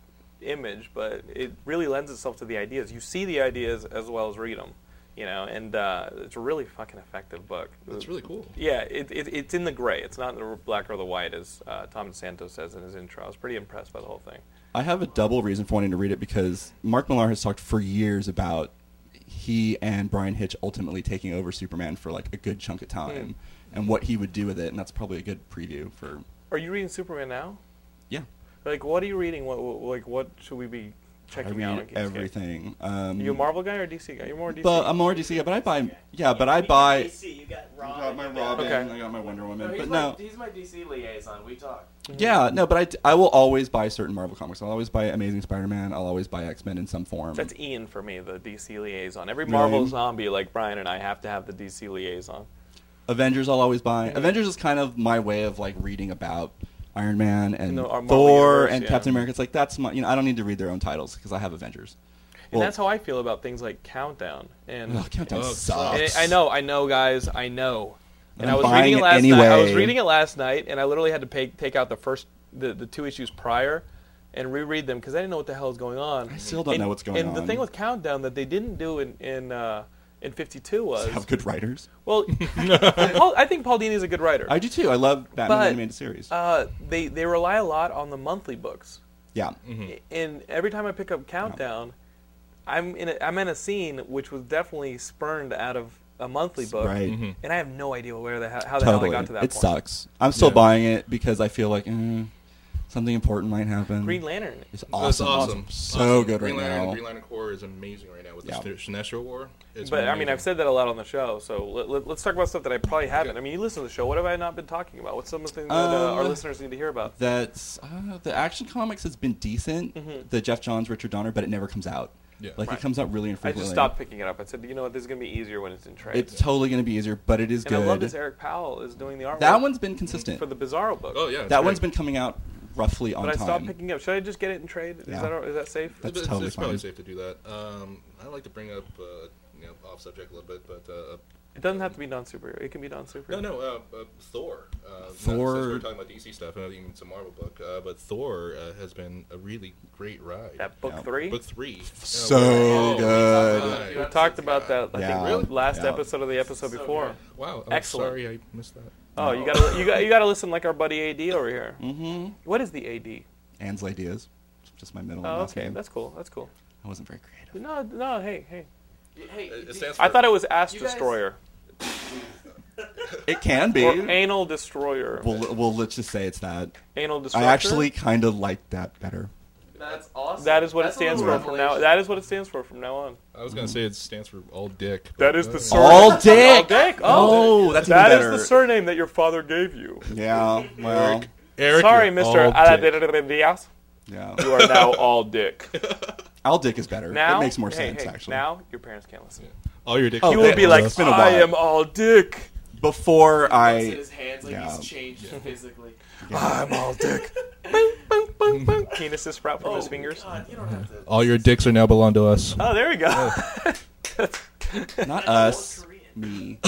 A: image, but it really lends itself to the ideas. You see the ideas as well as read them, you know, and uh, it's a really fucking effective book.
D: That's really cool.
A: Yeah, it, it, it's in the gray. It's not in the black or the white, as uh, Tom DeSanto says in his intro. I was pretty impressed by the whole thing.
B: I have a double reason for wanting to read it because Mark Millar has talked for years about he and Brian Hitch ultimately taking over Superman for like a good chunk of time and what he would do with it. And that's probably a good preview for
A: Are you reading Superman now?
B: yeah.
A: Like, what are you reading? What, what like what should we be
B: I
A: checking out? on
B: read
A: Geekscape?
B: everything. Um,
A: Are you a Marvel guy or DC guy? You're more DC.
B: but I'm more DC. But I buy yeah. But
E: You-
B: I
E: you got
B: buy.
E: DC, you got
B: I
E: Robin.
B: got my
E: you got-
B: Robin.
A: Okay.
B: I got my Wonder
C: No,
B: Woman.
C: he's,
B: But
C: my,
B: no,
C: he's my DC liaison. We talk.
B: yeah, no. But I, d- I will always buy certain Marvel comics. I'll always buy Amazing Spider-Man. I'll always buy X-Men in some form.
A: That's Ian for me, the DC liaison. Every
B: Really?
A: Marvel zombie like Brian and I have to have the DC liaison.
B: Avengers I'll always buy.
A: Mm-hmm.
B: Avengers is kind of my way of like reading about Iron Man and
A: The Marvel
B: Thor
A: Universe,
B: and
A: yeah.
B: Captain America. It's like that's my you know I don't need to read their own titles because I have Avengers.
A: And
B: Well- *laughs*
A: that's how I feel about things like Countdown. And,
B: Ugh, Countdown
D: Oh,
B: sucks.
A: and I I know, I know, guys, I know. And
B: I'm
A: I was
B: buying
A: reading it
B: it
A: last night. I was
B: anyway.
A: reading it last night, and I literally had to pay, take out the first the, the two issues prior and reread them because I didn't know what the hell was going on. I
B: still don't know what's going
A: And the
B: on.
A: thing with Countdown that they didn't do in in uh, in 52 was
B: Have good writers. *laughs*
A: well, Paul, I think Paul Dini's a good writer.
B: I do too. I love Batman
A: But-
B: animated series.
A: uh, they they rely a lot on the monthly books.
B: yeah.
A: and every time I pick up Countdown, I'm in a, I'm in a scene which was definitely spurned out of a monthly book,
B: Right.
D: Mm-hmm.
B: Mhm.
A: and I have no idea where the how, how the
B: Totally.
A: hell I got to that
B: it
A: point.
B: sucks. I'm still
D: Yeah.
B: buying it because I feel like eh, something important might happen.
A: Green Lantern.
B: It's awesome.
D: That's awesome.
B: So
D: Awesome.
B: good
D: Green
B: right
D: Lantern,
B: now.
D: Green Lantern Corps is amazing right now with
B: Yeah.
D: the Sin- Sinestro War. It's
A: But I mean,
D: amazing.
A: I've said that a lot on the show, so let, let, us talk about stuff that I probably haven't. I mean, you listen to the show. What have I not been talking about? What's some of the things that uh, our
B: Um,
A: listeners need to hear about?
B: that's uh, the action comics has been decent. The Jeff Johns, Richard Donner, but it never comes out.
D: Yeah.
B: Like
A: Mm-hmm. Right.
B: it comes out really
A: I
B: infrequently.
A: just stopped picking it up. I said, you know what, this is going to be easier when it's in trade.
B: It's totally going to be easier, but it is
A: and
B: good.
A: I love this. Eric Powell is doing the artwork.
B: that one's been consistent.
A: for the Bizarro book.
D: oh yeah,
B: that
D: it's great.
B: one's been coming out roughly on
A: But I
B: time.
A: stopped picking up. Should I just get it in trade? Is
B: Yeah.
A: that is that safe?
B: That's
D: It's- it's,
B: totally
D: it's probably
B: fine.
D: safe to do that. Um, I like to bring up uh, you know off subject a little bit, but uh,
A: It doesn't have to be non-superhero. It can be non-superhero.
D: No, no, uh, uh, Thor. Uh,
B: Thor-
D: Not, since we're talking about DC stuff, and even some Marvel book, uh, but Thor uh, has been a really great ride.
A: That book
B: Yeah.
A: three.
D: book three.
B: So
D: Oh,
C: we
B: good.
C: talked about it.
A: we talked about that. I
B: Yeah.
A: think
B: Really?
A: last
B: Yeah.
A: episode of the episode
C: So
A: before.
C: good.
D: Wow, I'm
A: Excellent.
D: sorry I missed that.
A: Oh, you gotta you got you gotta listen like our buddy AD over here. Mm-hmm. is the AD?
B: Ansley Diaz, just my middle and
A: Oh,
B: last
A: okay,
B: name.
A: that's cool. That's cool.
B: I wasn't very creative.
A: No, no, hey, hey.
C: Hey,
D: It,
C: d-
D: it stands for.
A: I thought it was Ass
C: You guys-
A: Destroyer
B: It can be.
A: or Anal Destroyer.
B: We'll, well, let's just say it's that.
A: anal Destroyer.
B: I actually kind of like that better.
C: that's awesome.
A: That is what
C: That's
A: it
C: a
A: stands for
C: little
A: from now.
C: revelation.
A: That is what it stands for from now on.
D: I was gonna say it stands for all dick.
A: That
D: but,
A: is the
D: uh,
A: sword.
B: All dick.
A: All dick. Oh,
B: Oh, that's even
A: that is
B: better.
A: the surname that your father gave
B: *laughs*
A: you.
B: yeah. Well.
D: Eric,
A: Sorry,
D: you're
A: Mister
D: all dick.
A: Diaz.
B: Yeah.
A: You are now all dick.
B: Al Dick is better.
A: Now
B: it makes more
A: hey,
B: sense
A: hey,
B: actually.
A: Now your parents can't listen.
D: All your dick.
B: Oh,
A: You
B: You will
A: will
B: yeah,
A: be
B: be like,
A: like,
B: it's been a
A: I
B: while.
A: am all dick.
B: Before
C: He looks at
B: I,
C: his hands like
B: Yeah.
A: *laughs*
C: he's changed physically.
B: I'm all dick.
A: Boom, boom, boom.
B: *laughs*
A: Penises sprout from
C: Oh,
A: his fingers.
C: God, you don't have to.
D: All your dicks are now belong to us.
A: Oh, there we go.
B: Not
E: That's
B: us.
E: all Korean.
B: Me.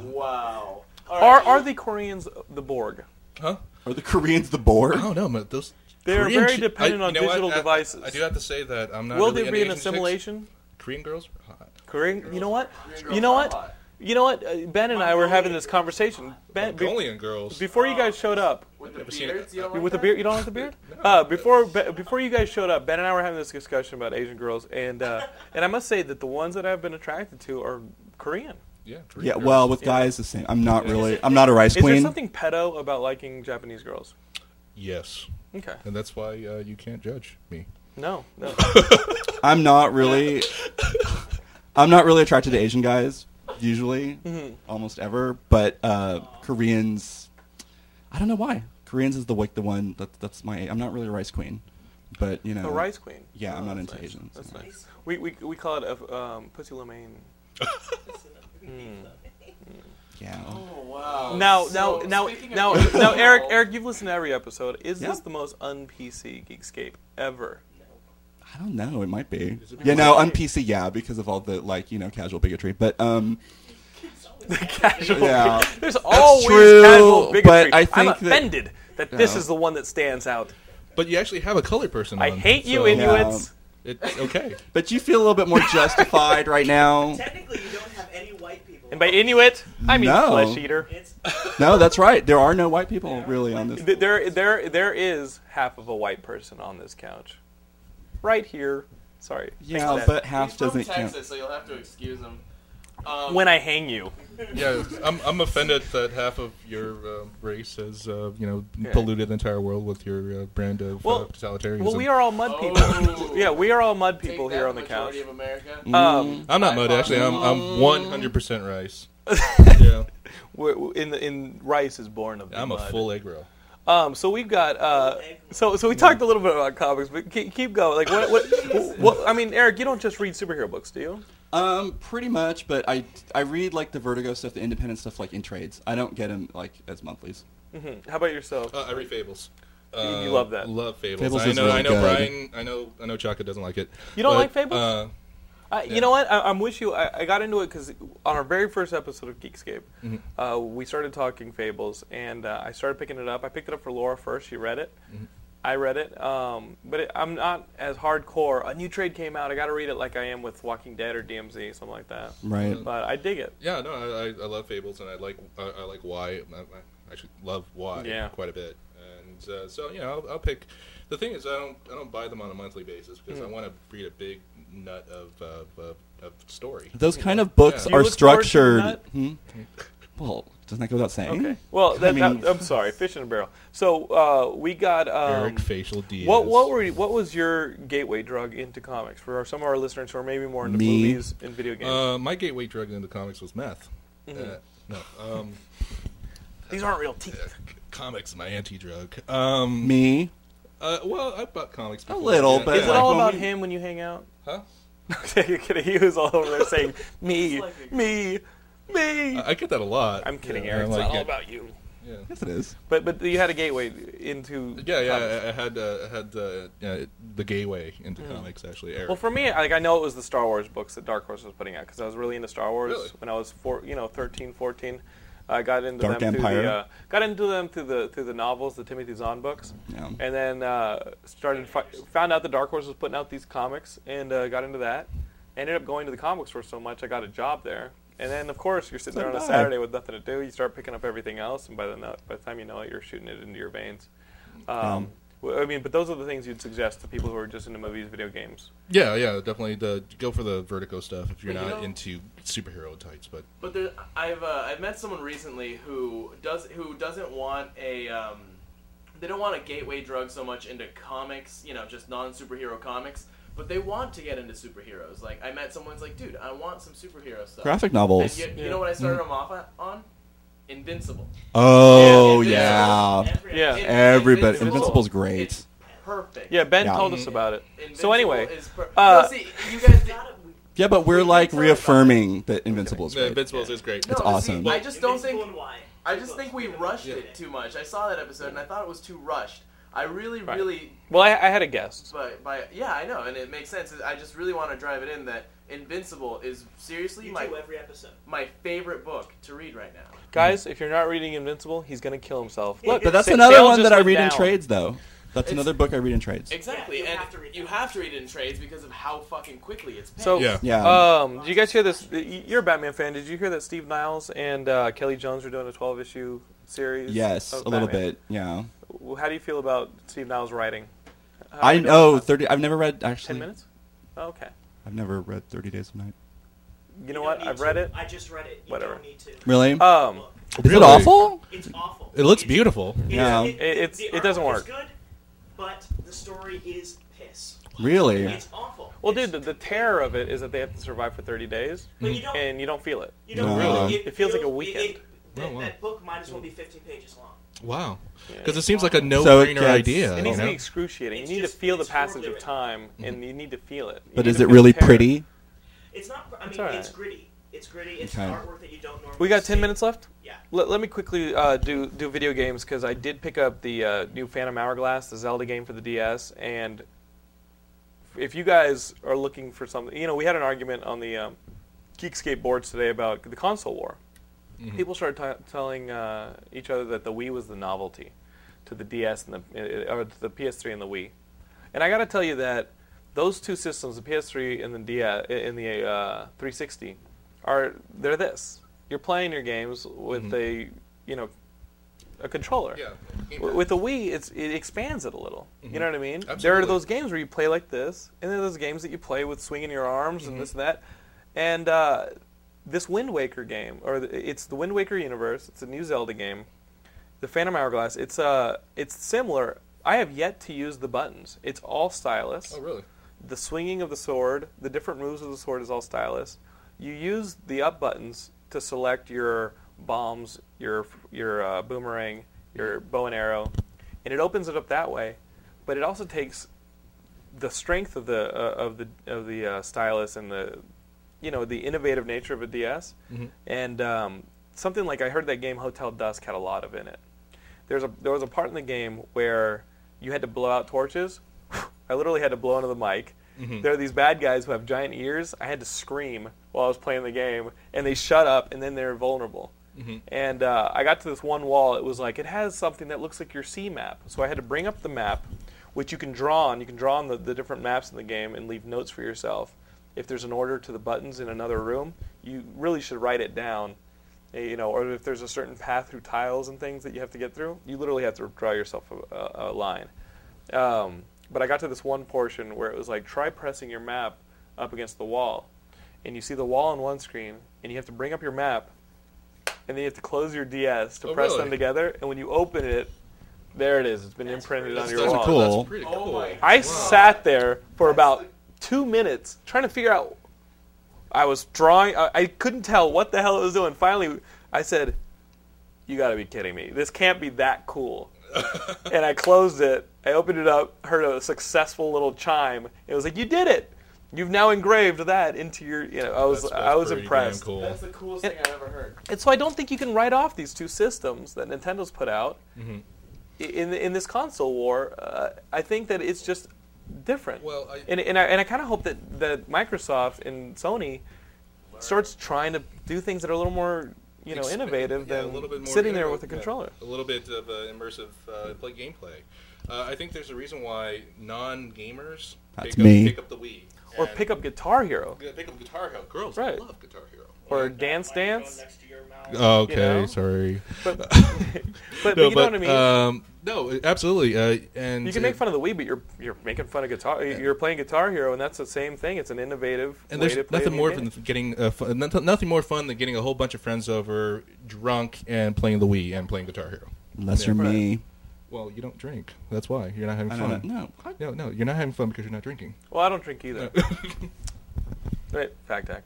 C: Wow. All
A: *laughs* are
C: right,
A: are the Koreans the Borg?
D: Huh?
B: Are the Koreans the board?
A: *laughs*
D: Oh no, but those.
A: They're
D: Korean
A: very
D: chi-
A: dependent
D: I-
A: on
D: you know what?
A: digital
D: I-
A: devices.
D: I Uh, do have to say that I'm not.
A: Will
D: really
A: there be an
D: into Asian chicks.
A: assimilation?
D: Korean girls are hot.
A: Korean? You know what?
C: girls
A: You know
C: are
A: what?
C: hot.
A: You know what? Uh, Ben and I were having this conversation. Ben, be-
D: Mongolian girls.
A: before you guys showed up,
C: with the
D: Never seen it.
C: beards, you don't like
A: with the
C: that?
A: beard, you don't like the beard. Uh, before be- before you guys showed up, Ben and I were having this discussion about Asian girls, and uh, and I must say that the ones that I've been attracted to are Korean.
D: yeah. Korean
B: Yeah,
D: girls.
B: well, with guys, the same. I'm not really. I'm not a rice
A: Is there
B: queen.
A: something pedo about liking Japanese girls?
D: Yes,
A: Okay.
D: and that's why uh, you can't judge me.
A: No, *coughs* no.
B: I'm not really. I'm not really attracted to Asian guys usually, almost ever. But uh, Koreans, I don't know why. Koreans is the like the one that that's my. I'm not really a rice queen, but you know.
A: The Rice Queen.
B: Yeah, I'm
A: Oh,
B: not
A: that's
B: into
A: nice.
B: Asians,
A: That's
B: yeah.
A: nice. We, we, we call it a um, pussy lo mein.
B: Yeah.
C: Oh, wow.
A: Now,
C: So,
A: now,
C: speaking of
A: now, now,
C: beards,
A: now,
C: wow.
A: Eric, Eric, you've listened to every episode. Is
B: Yeah.
A: this the most un-PC Geekscape ever?
B: I don't know. It might be.
D: Is it
B: Yeah, no, on PC, yeah, because of all the like you know casual bigotry. But um,
A: Casual.
B: Yeah.
A: big- There's always
B: true,
A: casual bigotry.
B: but I
A: I'm
B: think that-
A: offended that, this
B: Yeah. Um,
A: is the one that stands out.
D: But you actually have a colored person.
A: I
D: on,
A: hate you,
D: so-
A: Inuits.
D: It's okay.
B: but you feel a little bit more justified right
E: *laughs*
B: now.
E: Technically, you don't have any white people.
A: And by Inuit, I mean
B: No.
A: flesh eater.
E: it's
B: No, that's right. There are no white people really on this.
A: Th- There, there, there is half of a white person on this couch, right here, Sorry.
B: Yeah,
A: Fix that.
B: but half
C: He's from
B: doesn't
C: Texas,
B: count.
C: so you'll have to excuse him. Um,
A: when I hang you,
D: Yeah, I'm, I'm offended that half of your um race has, uh, you know,
A: Yeah.
D: polluted the entire world with your uh, brand of
A: Well-
D: uh, totalitarianism.
A: well, we are all mud people. *laughs*
C: Oh.
A: yeah, we are all mud
C: take
A: people
C: that,
A: here on the couch.
C: majority Of America.
A: Um,
D: I'm not
C: I
D: mud,
C: thought-
D: actually. I'm, I'm 100%
A: *laughs*
D: rice. yeah,
A: we're, in the, in rice is born of the
D: I'm a
A: mud.
D: full egg roll.
A: Um, so we've got uh, so so we talked a little bit about comics, but keep, keep going. Like what, what *laughs* what I mean, Eric, you don't just read superhero books, do you?
B: Um, pretty much, but I I read like the Vertigo stuff, the independent stuff, like in trades. I don't get them like as monthlies.
A: Mm-hmm. How about yourself?
D: Uh, I read Fables.
A: You- you love that.
D: Uh, Love Fables.
B: Fables
D: I
B: is
D: know.
B: really
D: I know.
B: good.
D: Brian. I know. I know. Chaka doesn't like it.
A: You don't
D: but,
A: like Fables?
D: Uh,
A: I,
D: Yeah.
A: You know what? I, I'm with you. I, I got into it because on our very first episode of Geekscape,
B: Mm-hmm.
A: uh, we started talking Fables, and uh, I started picking it up. I picked it up for Laura first. She read it.
B: Mm-hmm.
A: I read it, um, but it, I'm not as hardcore. A new trade came out. I got to read it like I am with Walking Dead or DMZ, something like that.
B: Right.
A: But I dig it.
D: yeah. No. I, I, I love Fables, and I like. I, I like why. I, I actually love why
A: Yeah.
D: quite a bit. And uh, so you know, I'll, I'll pick. The thing is, I don't. I don't buy them on a monthly basis because
A: Hmm.
D: I want to read a big nut of uh, of, of story.
B: Those kind of books
D: Do
A: you
B: are
A: look forward to
B: structured.
A: that?
B: Hmm? Well, doesn't that go without saying?
A: Okay. Well, that,
B: I mean-
A: that- I'm sorry. Fish in a barrel. So uh, we got um,
D: Eric facial Diaz.
A: What what were you- what was your gateway drug into comics for our- some of our listeners who are maybe more into
B: Me?
A: movies and video games?
D: Uh, my gateway drug into comics was meth.
A: Mm-hmm.
D: Uh, no. Um, *laughs*
A: These aren't real teeth.
D: c- comics, is my anti-drug. Um,
B: Me.
D: uh, well, I bought comics. Before,
B: little,
D: yeah.
B: but-
A: Is it
B: like
A: all
B: when
A: about
B: we-
A: him when you hang out?
D: Huh?
A: *laughs* You're kidding. He was all over there *laughs* saying me, me, me.
D: I I get that a lot.
A: I'm kidding,
D: yeah,
A: Eric.
D: I
A: It's
D: like
A: not all
D: it.
A: about you.
D: Yeah,
B: Yes, it is.
A: But but you had a gateway into
D: yeah, yeah.
A: comics. Mm.
D: I- I had uh, I had uh, yeah, the gay way into comics actually. Eric.
A: Well, for me, like I know it was the Star Wars books that Dark Horse was putting out because I was really into Star Wars
D: Really?
A: when I was four, you know, 13, 14. I got into
B: Dark
A: them through
B: Empire.
A: the uh, got into them through the through the novels, the Timothy Zahn books,
B: Yeah.
A: and then uh, started fi- found out that Dark Horse was putting out these comics and uh, got into that. Ended up going to the comic store so much I got a job there, and then of course you're sitting
B: So
A: there on a
B: did I.
A: Saturday with nothing to do. You start picking up everything else, and by the no- by the time you know it, you're shooting it into your veins. Um, w- I mean, but those are the things you'd suggest to people who are just into movies, video games.
D: yeah, yeah. Definitely the go for the Vertigo stuff if you're
C: But you
D: not
C: know-
D: into superhero types. But
C: But there, I've uh, I've met someone recently who does who doesn't want a um, they don't want a gateway drug so much into comics, you know, just non superhero comics. But they want to get into superheroes. Like I met someone who's like, dude, I want some superhero stuff.
B: Graphic
C: And
B: novels.
C: you, you know what I started them off on? on? Invincible.
B: Oh *laughs*
C: Yeah,
B: yeah.
A: Yeah.
C: In-
B: Everybody-
C: Invincible.
B: Invincible's great.
C: It's perfect.
A: Yeah, Ben
B: Yeah.
A: told us about it. so
C: Invincible
A: anyway,
C: is per-
A: uh,
C: No, see, you guys did-
B: Yeah, but we're
C: We've
B: like
C: been talking about
B: reaffirming that Invincible is
D: yeah,
B: great.
D: Invincibles is great.
C: No,
B: It's
C: see,
B: awesome.
C: I just don't think
E: And why?
C: I just think we rushed
D: Yeah.
C: it too much. I saw that episode and I thought it was too rushed. I really,
A: Right.
C: really,
A: well, I, I had a guess.
C: but by yeah, I know, and it makes sense. I just really want to drive it in that Invincible is seriously
E: You
C: my
E: do every episode.
C: my favorite book to read right now.
A: Guys, if you're not reading Invincible, he's gonna kill himself. Look,
B: But that's
A: Sa-
B: another
A: sales
B: one
A: just
B: that I
A: went
B: read in
A: down.
B: trades, though. That's
C: It's-
B: another book I read in trades.
C: Exactly,
E: you
C: and
E: have to read it.
C: you have to read it in trades because of how fucking quickly it's paced.
A: So
D: Yeah.
B: Yeah.
A: Um, did you guys hear this? You're a Batman fan. Did you hear that Steve Niles and uh, Kelly Jones are doing a 12 issue series?
B: yes, a
A: of
B: little
A: Batman?
B: bit. Yeah.
A: Well, How do you feel about Steve Niles writing? How are
B: I
A: we doing
B: know
A: on that?
B: thirty. I've never read actually.
A: Ten minutes. Okay.
B: I've never read Thirty Days of Night.
A: You know
E: don't
A: what?
E: need
A: I've
E: to.
A: read it.
E: I just read it. You
A: Whatever.
E: don't need to.
B: Really?
A: Um,
E: Look,
B: is it
D: Really?
B: awful?
E: it's awful.
D: It looks
E: It's-
D: beautiful.
E: it-
B: Yeah.
E: it-
A: It- it's-
E: the
A: it doesn't
E: artwork is
A: work.
E: good, but the story is piss.
B: Really?
E: It's awful.
A: Well,
E: It's-
A: dude, the, the terror of it is that they have to survive for 30 days,
E: But you don't.
A: and you don't feel it.
E: you don't.
B: No.
E: Really,
A: It feels like a
E: It,
A: weekend.
E: it,
D: Oh,
E: that,
D: wow.
E: that book might as well be 15 pages long.
D: Wow, because it seems like a no-brainer
B: So it gets-
D: idea.
A: It
D: you
A: needs to
D: know?
A: be excruciating.
E: It's
A: you need
E: just-
A: to feel the Mm-hmm.
E: it's horribly
A: passage of
E: written.
A: time, and you need to feel it. You
B: But
A: need
B: is
A: to
B: it
A: feel
B: really
A: terror.
B: pretty?
E: It's not. I mean,
A: It's
E: it's,
A: alright.
E: gritty. It's gritty. It's
B: Okay.
E: artwork that you don't normally.
A: We got
E: see.
A: 10 minutes left.
E: Yeah.
A: Let, let me quickly uh, do do video games because I did pick up the uh, new Phantom Hourglass, the Zelda game for the DS, and if you guys are looking for something, you know, we had an argument on the um, Geekscape boards today about the console war. People started t- telling uh, each other that the Wii was the novelty to the DS and the uh, or to the PS3 and the Wii, and I got to tell you that those two systems, the PS3 and the DS and the uh, 360, are they're this. You're playing your games with a you know a controller.
D: Yeah.
A: W- With the Wii, it's it expands it a little. You know what I mean? There are
D: Mm-hmm. Absolutely.
A: those games where you play like this, and then those games that you play with swinging your arms
D: Mm-hmm.
A: and this and that. And uh, this Wind Waker game, or the, it's the Wind Waker universe. It's a new Zelda game, the Phantom Hourglass. It's uh, it's similar. I have yet to use the buttons. It's all stylus
D: Oh, really?
A: the swinging of the sword, the different moves of the sword is all stylus. You use the up buttons to select your bombs, your your uh, boomerang, your bow and arrow, and it opens it up that way. But it also takes the strength of the uh, of the of the uh, stylus and the you know the innovative nature of a DS and um, something like I heard that game Hotel Dusk had a lot of in it. There's a there was a part in the game where you had to blow out torches. *sighs* I literally had to blow into the mic. There are these bad guys who have giant ears. I had to scream while I was playing the game, and they shut up, and then they're vulnerable. And uh, I got to this one wall. It was like it has something that looks like your C map. So I had to bring up the map, which you can draw on. You can draw on the, the different maps in the game and leave notes for yourself. If there's an order to the buttons in another room, you really should write it down. eh, You know, or if there's a certain path through tiles and things that you have to get through, you literally have to draw yourself a, a, a line. Um, but I got to this one portion where it was like try pressing your map up against the wall, and you see the wall on one screen, and you have to bring up your map, and then you have to close your DS to
D: Oh,
A: press them
D: really?
A: together, and when you open it, there it is. It's been
E: That's
A: imprinted
E: pretty-
A: on
D: That's-
A: your
D: that's
A: wall.
B: cool.
D: That's pretty
C: Oh
D: cool.
C: my-
A: I
C: Wow.
A: sat there for
E: That's
A: about
E: the-
A: two minutes trying to figure out. I was drawing. I, I couldn't tell what the hell it was doing. Finally, I said, "You got to be kidding me! This can't be that
D: *laughs*
A: cool." and I closed it. I opened it up, heard a successful little chime. It was like, "You did it! You've now engraved that into your." You know, I was
D: That's-
A: I
D: that's
A: was
D: pretty damn
A: impressed.
D: cool.
C: That's the coolest thing I've
A: *laughs*
C: ever heard.
A: And so I don't think you can write off these two systems that Nintendo's put out
D: Mm-hmm.
A: i- in in this console war. Uh, I think that it's just different.
D: Well, I-
A: and and I, and I kind of hope that that Microsoft and Sony starts trying to do things that are a little more you know
D: Expe-
A: innovative
D: yeah, a
A: than
D: little bit more
A: sitting there
D: innovative,
A: with a
D: yeah.
A: controller.
D: a little bit of uh, immersive uh, play gameplay. Uh, I think there's a reason why non-gamers
B: That's
D: pick,
B: me.
D: Up, pick up the Wii
A: Or
D: and
A: pick up Guitar Hero
D: g- pick up Guitar Hero. Girls
A: Right.
D: love Guitar Hero.
A: or
D: Yeah.
A: Dance
E: Microphone
A: Dance.
E: next to your mouth.
D: Oh, Okay,
A: you know?
D: sorry.
A: But, but, but
D: no,
A: you know
D: but
A: what I mean.
D: um, no, absolutely. Uh, and
A: you can make fun of the Wii, but you're you're making fun of guitar. You're playing Guitar Hero, and that's the same thing. It's an innovative
D: And
A: way
D: there's
A: to play
D: nothing
A: the
D: more
A: game.
D: than getting uh, fun, nothing, nothing more fun than getting a whole bunch of friends over, drunk, and playing the Wii and playing Guitar Hero.
B: Unless
D: Yeah.
B: you're me.
D: Well, you don't drink. That's why you're not having
B: I
D: fun.
B: don't know. No.
D: No, no, you're not having fun because you're not drinking.
A: Well, I don't drink either. right, fact act.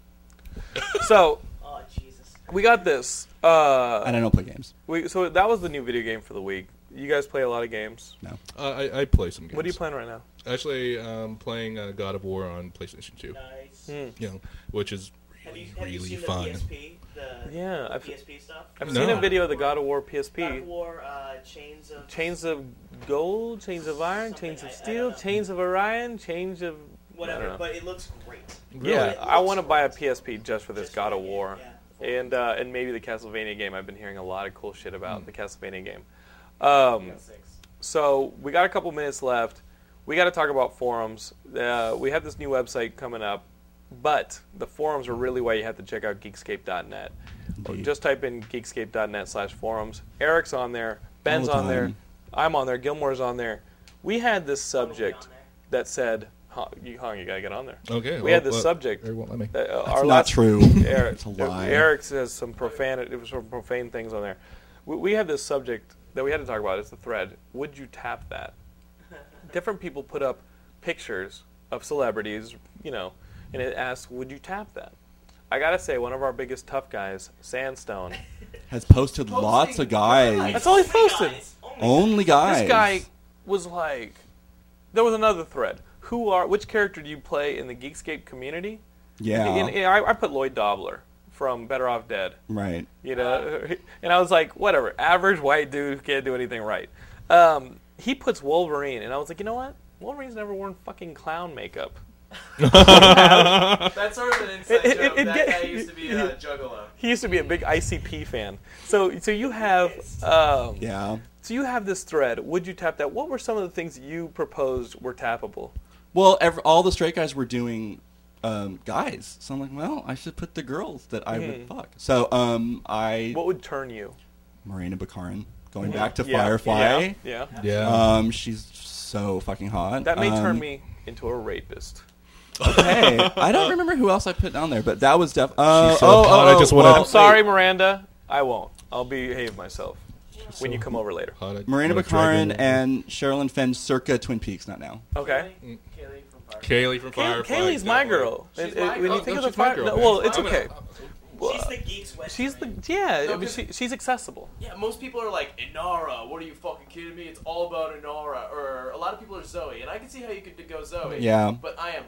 A: so
E: Oh Jesus.
A: we got this.
B: And
A: Uh,
B: I don't play games.
A: we, so that was the new video game for the week. You guys play a lot of games.
B: No.
D: Uh, I, I play some games.
A: What are you playing right now?
D: Actually, um, playing uh, God of War on PlayStation 2,
E: Nice.
A: Hmm.
D: you know, which is
E: Have you
D: really,
E: have you
D: really
E: seen
D: fun.
E: the PSP? The
A: Yeah,
E: the
A: I've-
E: PSP stuff.
A: I've
D: No.
A: seen a video of the God of War
E: God
A: PSP.
E: of War, uh, Chains of
A: Chains of gold, chains of iron,
E: Something,
A: chains
E: I-
A: of
E: I don't
A: steel,
E: know.
A: chains of Orion, chains of I
E: whatever,
A: don't know.
E: but it looks great.
D: Really?
A: yeah,
E: It
A: I
E: looks
A: want to buy a
E: great.
A: PSP just for this
E: Just
A: God
E: for
A: of
E: the game,
A: War,
E: yeah.
A: and uh, and maybe the Castlevania game. I've been hearing a lot of cool shit about the Castlevania game. Um,
E: Six.
A: so we got a couple minutes left. We got to talk about forums. Uh, we have this new website coming up, but the forums are really why you have to check out Geekscape.net. Or
B: Indeed.
A: Just type in Geekscape.net/forums. Eric's on there. Ben's
B: All the
A: on there.
B: time.
A: I'm on there. Gilmore's on there. We had this
E: we on
A: subject
E: there?
A: that said, "Huh, "You, hung, you gotta get on there."
B: Oh,
D: Okay.
A: We
D: well,
A: had this
D: well,
A: subject.
D: Eric won't let me.
A: that, uh,
B: That's
A: our
B: not
A: last-
B: true.
A: *laughs* Eric,
B: it's a lie.
A: Eric says some profanity, it was some profane things on there. We, we had this subject that we had to talk about. It's the thread. Would you tap that? Different people put up pictures of celebrities, you know, and it asks, "Would you tap that?" I gotta say, one of our biggest tough guys, Sandstone.
B: Has posted lots of guys.
A: That's all he posted.
E: Guys, oh my
B: Only guys.
A: This guy was like, there was another thread. Who are? Which character do you play in the Geekscape community?
B: Yeah.
A: And- and I, I put Lloyd Dobler from Better Off Dead.
B: right.
A: you know. *laughs* and I was like, whatever, average white dude who can't do anything right. Um, he puts Wolverine, and I was like, you know what? Wolverine's never worn fucking clown makeup.
C: That's sort of an inside
A: It- it-
C: joke.
A: it
C: that
A: get-
C: guy used to
A: *laughs*
C: be a juggalo.
A: He used to be a big ICP fan. So, so you have, um,
B: Yeah.
A: so you have this thread. Would you tap that? What were some of the things you proposed were tappable?
B: Well, ev all the straight guys were doing um, guys, so I'm like, well, I should put the girls that I would fuck. So um, I
A: What would turn you?
B: Marina Bakarin. going back to
A: Yeah.
B: Firefly.
A: Yeah.
D: Yeah.
B: Um, she's so fucking hot.
A: That may turn
B: Um,
A: me into a rapist.
B: Hey, I don't remember who else I put down there, but that was definitely. Uh,
D: She's so
B: oh,
D: hot,
B: oh,
D: I
B: oh,
D: just wanna-
B: well,
A: I'm sorry,
B: wait.
A: Miranda. I won't. I'll behave myself when you come over later.
D: Hot, I
B: Miranda
D: wanna drag
B: Baccarin
D: her.
B: and Sherilyn Fenn, circa Twin Peaks, not now.
A: Okay.
E: Kaylee, Kaylee from Fire.
D: Kaylee from
A: Kay-
D: Firefly.
A: Kaylee's my
D: definitely.
A: girl.
C: She's
A: It- it-
C: my
A: when
C: girl.
A: you think
D: No,
A: of the
D: she's my
A: fire,
D: girl,
A: no,
D: man.
A: well, it's
D: I'm a-
A: okay.
E: She's the geek's West.
A: She's the
E: Wing.
A: yeah.
C: No,
A: I mean,
C: 'cause-
A: she, she's accessible.
C: Yeah, most people are like Inara. What are you fucking kidding me? It's all about Inara. Or a lot of people are Zoe, and I can see how you could go Zoe.
B: Yeah.
C: But I am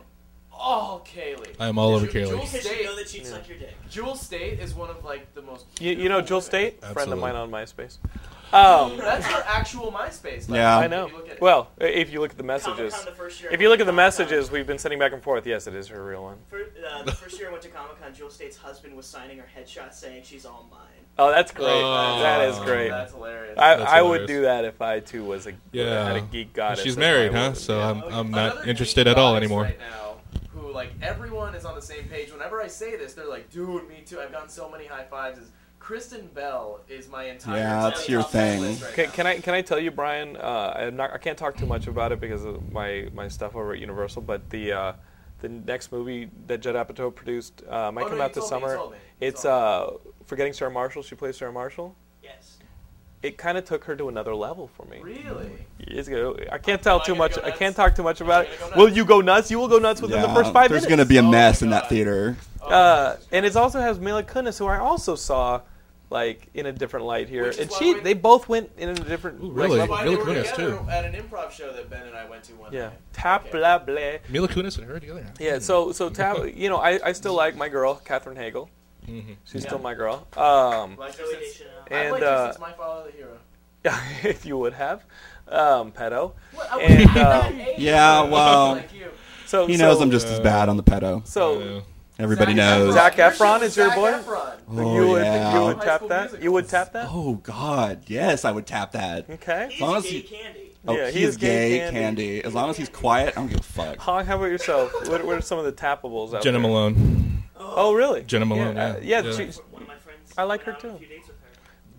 C: all Kaylee.
D: I am all over
C: Ju-
D: Kaylee.
C: Jewel
E: Because you
C: State,
E: know that she'd suck your dick.
C: Jewel State is one of like the most.
A: You, you know,
C: beautiful
A: Jill
C: women.
A: State, friend of
D: Absolutely.
A: mine on MySpace. Um,
C: That's her actual MySpace. Like,
B: Yeah.
A: I
C: if you
A: know.
C: look at it.
A: Well, i- if you look at the messages,
E: Comic-Con the first year I
A: if you look
E: went
A: at the
E: to Comic-Con.
A: messages we've been sending back and forth, yes, it is her real one.
E: For, uh,
A: *laughs*
E: the first year I went to Comic Con, Jewel State's husband was signing her headshot saying, She's all mine.
A: Oh, that's great.
D: Oh.
A: that is great.
C: That's hilarious.
A: I,
D: That's
A: I would
D: hilarious.
A: do that if I too was a
D: Yeah.
A: had a geek goddess.
D: She's
A: as
D: married,
A: my
D: huh?
A: woman.
D: So
A: Yeah.
D: I'm, I'm
C: Another
D: not
C: geek
D: interested at all
C: goddess
D: anymore.
C: Right now, who like everyone is on the same page. Whenever I say this, they're like, "Dude, me too." I've gotten so many high fives. Is Kristen Bell is my entire
B: Yeah, that's
C: top
B: your
C: top
B: thing.
C: ten list right
A: Can,
C: now.
A: can I can I tell you, Brian? Uh, I'm not. I can't talk too much about it because of my, my stuff over at Universal. But the uh, the next movie that Judd Apatow produced uh, might
C: Oh,
A: come
C: no,
A: out
C: you
A: this
C: told me, you
A: summer.
C: told me, you
A: It's uh,
C: told
A: forgetting Sarah Marshall. She plays Sarah Marshall.
E: Yes.
A: It kind of took her to another level for me.
C: Really?
A: It's good. I can't tell
C: I
A: too
C: gonna
A: much.
C: go
A: I can't
C: nuts?
A: talk too much about it.
C: gonna go nuts?
A: Will you go nuts? You will go nuts within the
B: Yeah,
A: first five
B: There's
A: minutes.
B: going to be a
C: Oh
B: mess
C: my
B: in that
C: God.
B: theater.
C: Oh,
A: Uh,
C: Jesus
A: and it
C: Christ.
A: also has Mila Kunis, who I also saw, like in a different light here.
C: Which is
A: And
C: why
A: she,
C: we-
A: they both went in a different.
D: Ooh,
A: like,
D: really?
C: That's
A: level.
C: why
D: Mila
C: they were
D: Kunis,
C: together
D: too.
C: at an improv show that Ben and I went to one
A: Yeah.
C: night.
A: Tap
C: Okay.
A: blah blah.
D: Mila Kunis and her together.
A: Yeah. So so Tab, you know, I, I still like my girl, Catherine Hagel.
D: Mhm.
A: She's
C: Yeah.
A: still my girl. Um, *laughs*
C: Like her
E: Joey
C: since-
E: Deschanel.
A: And,
C: I like
A: uh,
C: her since my father the hero.
A: if you would have, um, pedo.
C: What? I was
A: and,
C: at that
A: uh,
B: *laughs*
C: age.
B: yeah,
C: I was
B: well,
C: like you.
A: So
B: He knows
A: so-
B: I'm just as bad on the pedo.
D: Uh,
A: So
B: Everybody
C: Zac
B: knows.
A: Zac
C: You're
A: Efron
C: shooting
A: is your
C: Zac
A: boy?
C: Efron.
B: Oh,
A: you would
B: yeah.
A: you would
C: High
A: tap
C: School
A: that.
C: Musical.
A: You would tap that.
B: Oh God, yes, I would tap that.
A: Okay.
E: He's
B: long as
E: gay
B: you-
E: candy.
B: Oh,
A: Yeah,
B: he's,
A: he's
B: gay,
A: gay
B: candy.
A: candy.
B: As long as he's quiet, I don't give a fuck.
A: Hong, how about yourself? What, what are some of the tappables out
D: Jenna
A: there?
D: Malone.
A: Oh, really?
D: Jenna Malone,
A: Yeah, uh,
D: yeah.
A: yeah,
D: Yeah.
A: she-
E: One of my friends.
A: I like
E: went
A: her
E: out on
A: too.
E: A few dates with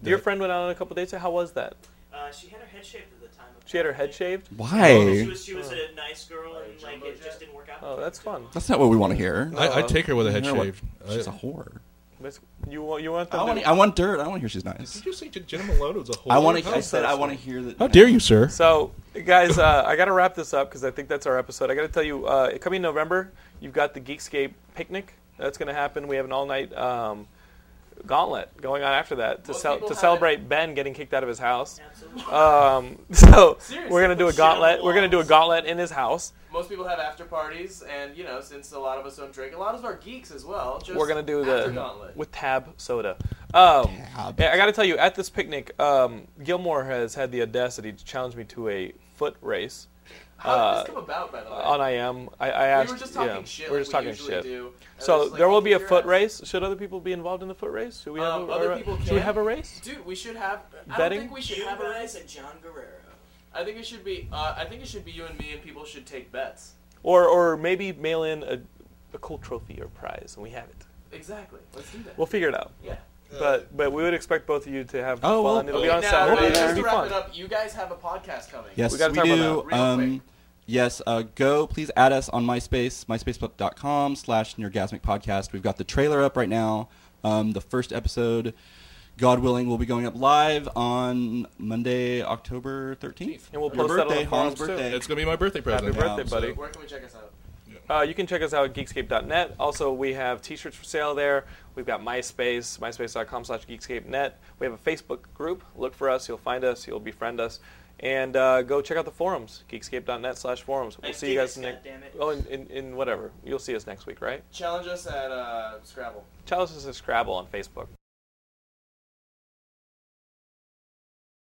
E: her.
A: your friend went out on a couple dates. How was that?
E: Uh, she had her head shaved at the time.
A: She had her head shaved.
E: apparently. She
B: Why?
E: was, she was a nice girl and
C: Like
E: like
C: Jumbo
E: it
C: Jet?
E: just didn't work out.
A: Oh, that's fun.
B: That's not what we want to hear.
D: I, I'd take her with a head
B: You know what?
D: shave. I-
B: She's a whore.
A: That's, you want you want them
B: I want.
A: to-
B: I want dirt. I want to hear she's nice.
D: Did you say Jenna Malone was a whore?
B: I want to.
D: How,
B: I said I want to hear that.
D: how dare you, sir?
A: So, guys, uh, I got to wrap this up because I think that's our episode. I got to tell you, uh, coming November, you've got the Geekscape picnic. That's going to happen. We have an all-night um, gauntlet going on after that to,
C: Most
A: cel-
C: people
A: to
C: haven't-
A: celebrate Ben getting kicked out of his house.
E: Absolutely.
A: Um, *laughs* so
C: Seriously,
A: we're going to do a
C: put shit on
A: gauntlet.
C: the
A: We're going to do a
C: walls.
A: gauntlet in his house.
C: Most people have after parties, and you know, since a lot of us don't drink, a lot of us are geeks as well. Just
A: we're going to do
C: after
A: the
C: gauntlet.
A: with tab soda.
B: Oh.
A: Um,
B: Tab.
A: yeah, I got to tell you, at this picnic, um, Gilmore has had the audacity to challenge me to a foot race.
C: How did
A: uh,
C: this come about, by the way?
A: on I am. I, I
C: we
A: asked.
C: were just talking
A: yeah,
C: shit.
A: We were
C: like
A: just talking
C: usually
A: shit.
C: do, and I
A: So
C: was like,
A: there will
C: "Kick
A: be a
C: your
A: foot
C: ass."
A: race. Should other people be involved in the foot race? Should we have
C: Um,
A: a,
C: other
A: a-
C: people
A: Should
C: can.
A: we have a race?
C: Dude, we should have.
A: Betting?
C: I don't think we should
E: you
C: have a race.
E: guys and John Guerrero.
C: I think it should be. Uh, I think it should be you and me, and people should take bets.
A: Or or maybe mail in a, a cool trophy or prize and we have it.
C: Exactly. Let's do that.
A: We'll figure it out.
C: yeah.
A: But but we would expect both of you to have
B: Oh, well,
A: fun. It'll be
C: Okay,
A: on
C: now, uh,
A: Saturday.
B: we'll be
C: just
A: It'll
B: there.
A: be
C: to wrap it
A: fun.
C: up, you guys have a podcast coming.
B: Yes,
A: We
B: we,
A: gotta talk about that
B: do.
A: real
C: quick.
B: um, yes, uh, go please add us on MySpace, myspace.com slash Nergasmic Podcast. We've got the trailer up right now. Um, the first episode, God willing, will be going up live on Monday, October thirteenth.
A: And we'll
B: Your
A: post that on the
B: birthday, Hans'
A: forums, too.
B: birthday.
D: It's gonna be my birthday
A: Happy
D: present.
A: birthday, buddy.
C: Where can we check us out?
A: Uh, you can check us out at geekscape.net. Also, we have t-shirts for sale there. We've got MySpace, myspace.com slash geekscape.net. We have a Facebook group. Look for us. You'll find us. You'll befriend us. And uh, go check out the forums, geekscape.net slash forums. We'll
E: Thanks,
A: see you guys
E: Davis,
A: next...
E: goddammit.
A: Oh, in, in, in whatever. You'll see us next week, right?
C: Challenge us at uh, Scrabble.
A: Chalice is a Scrabble on Facebook.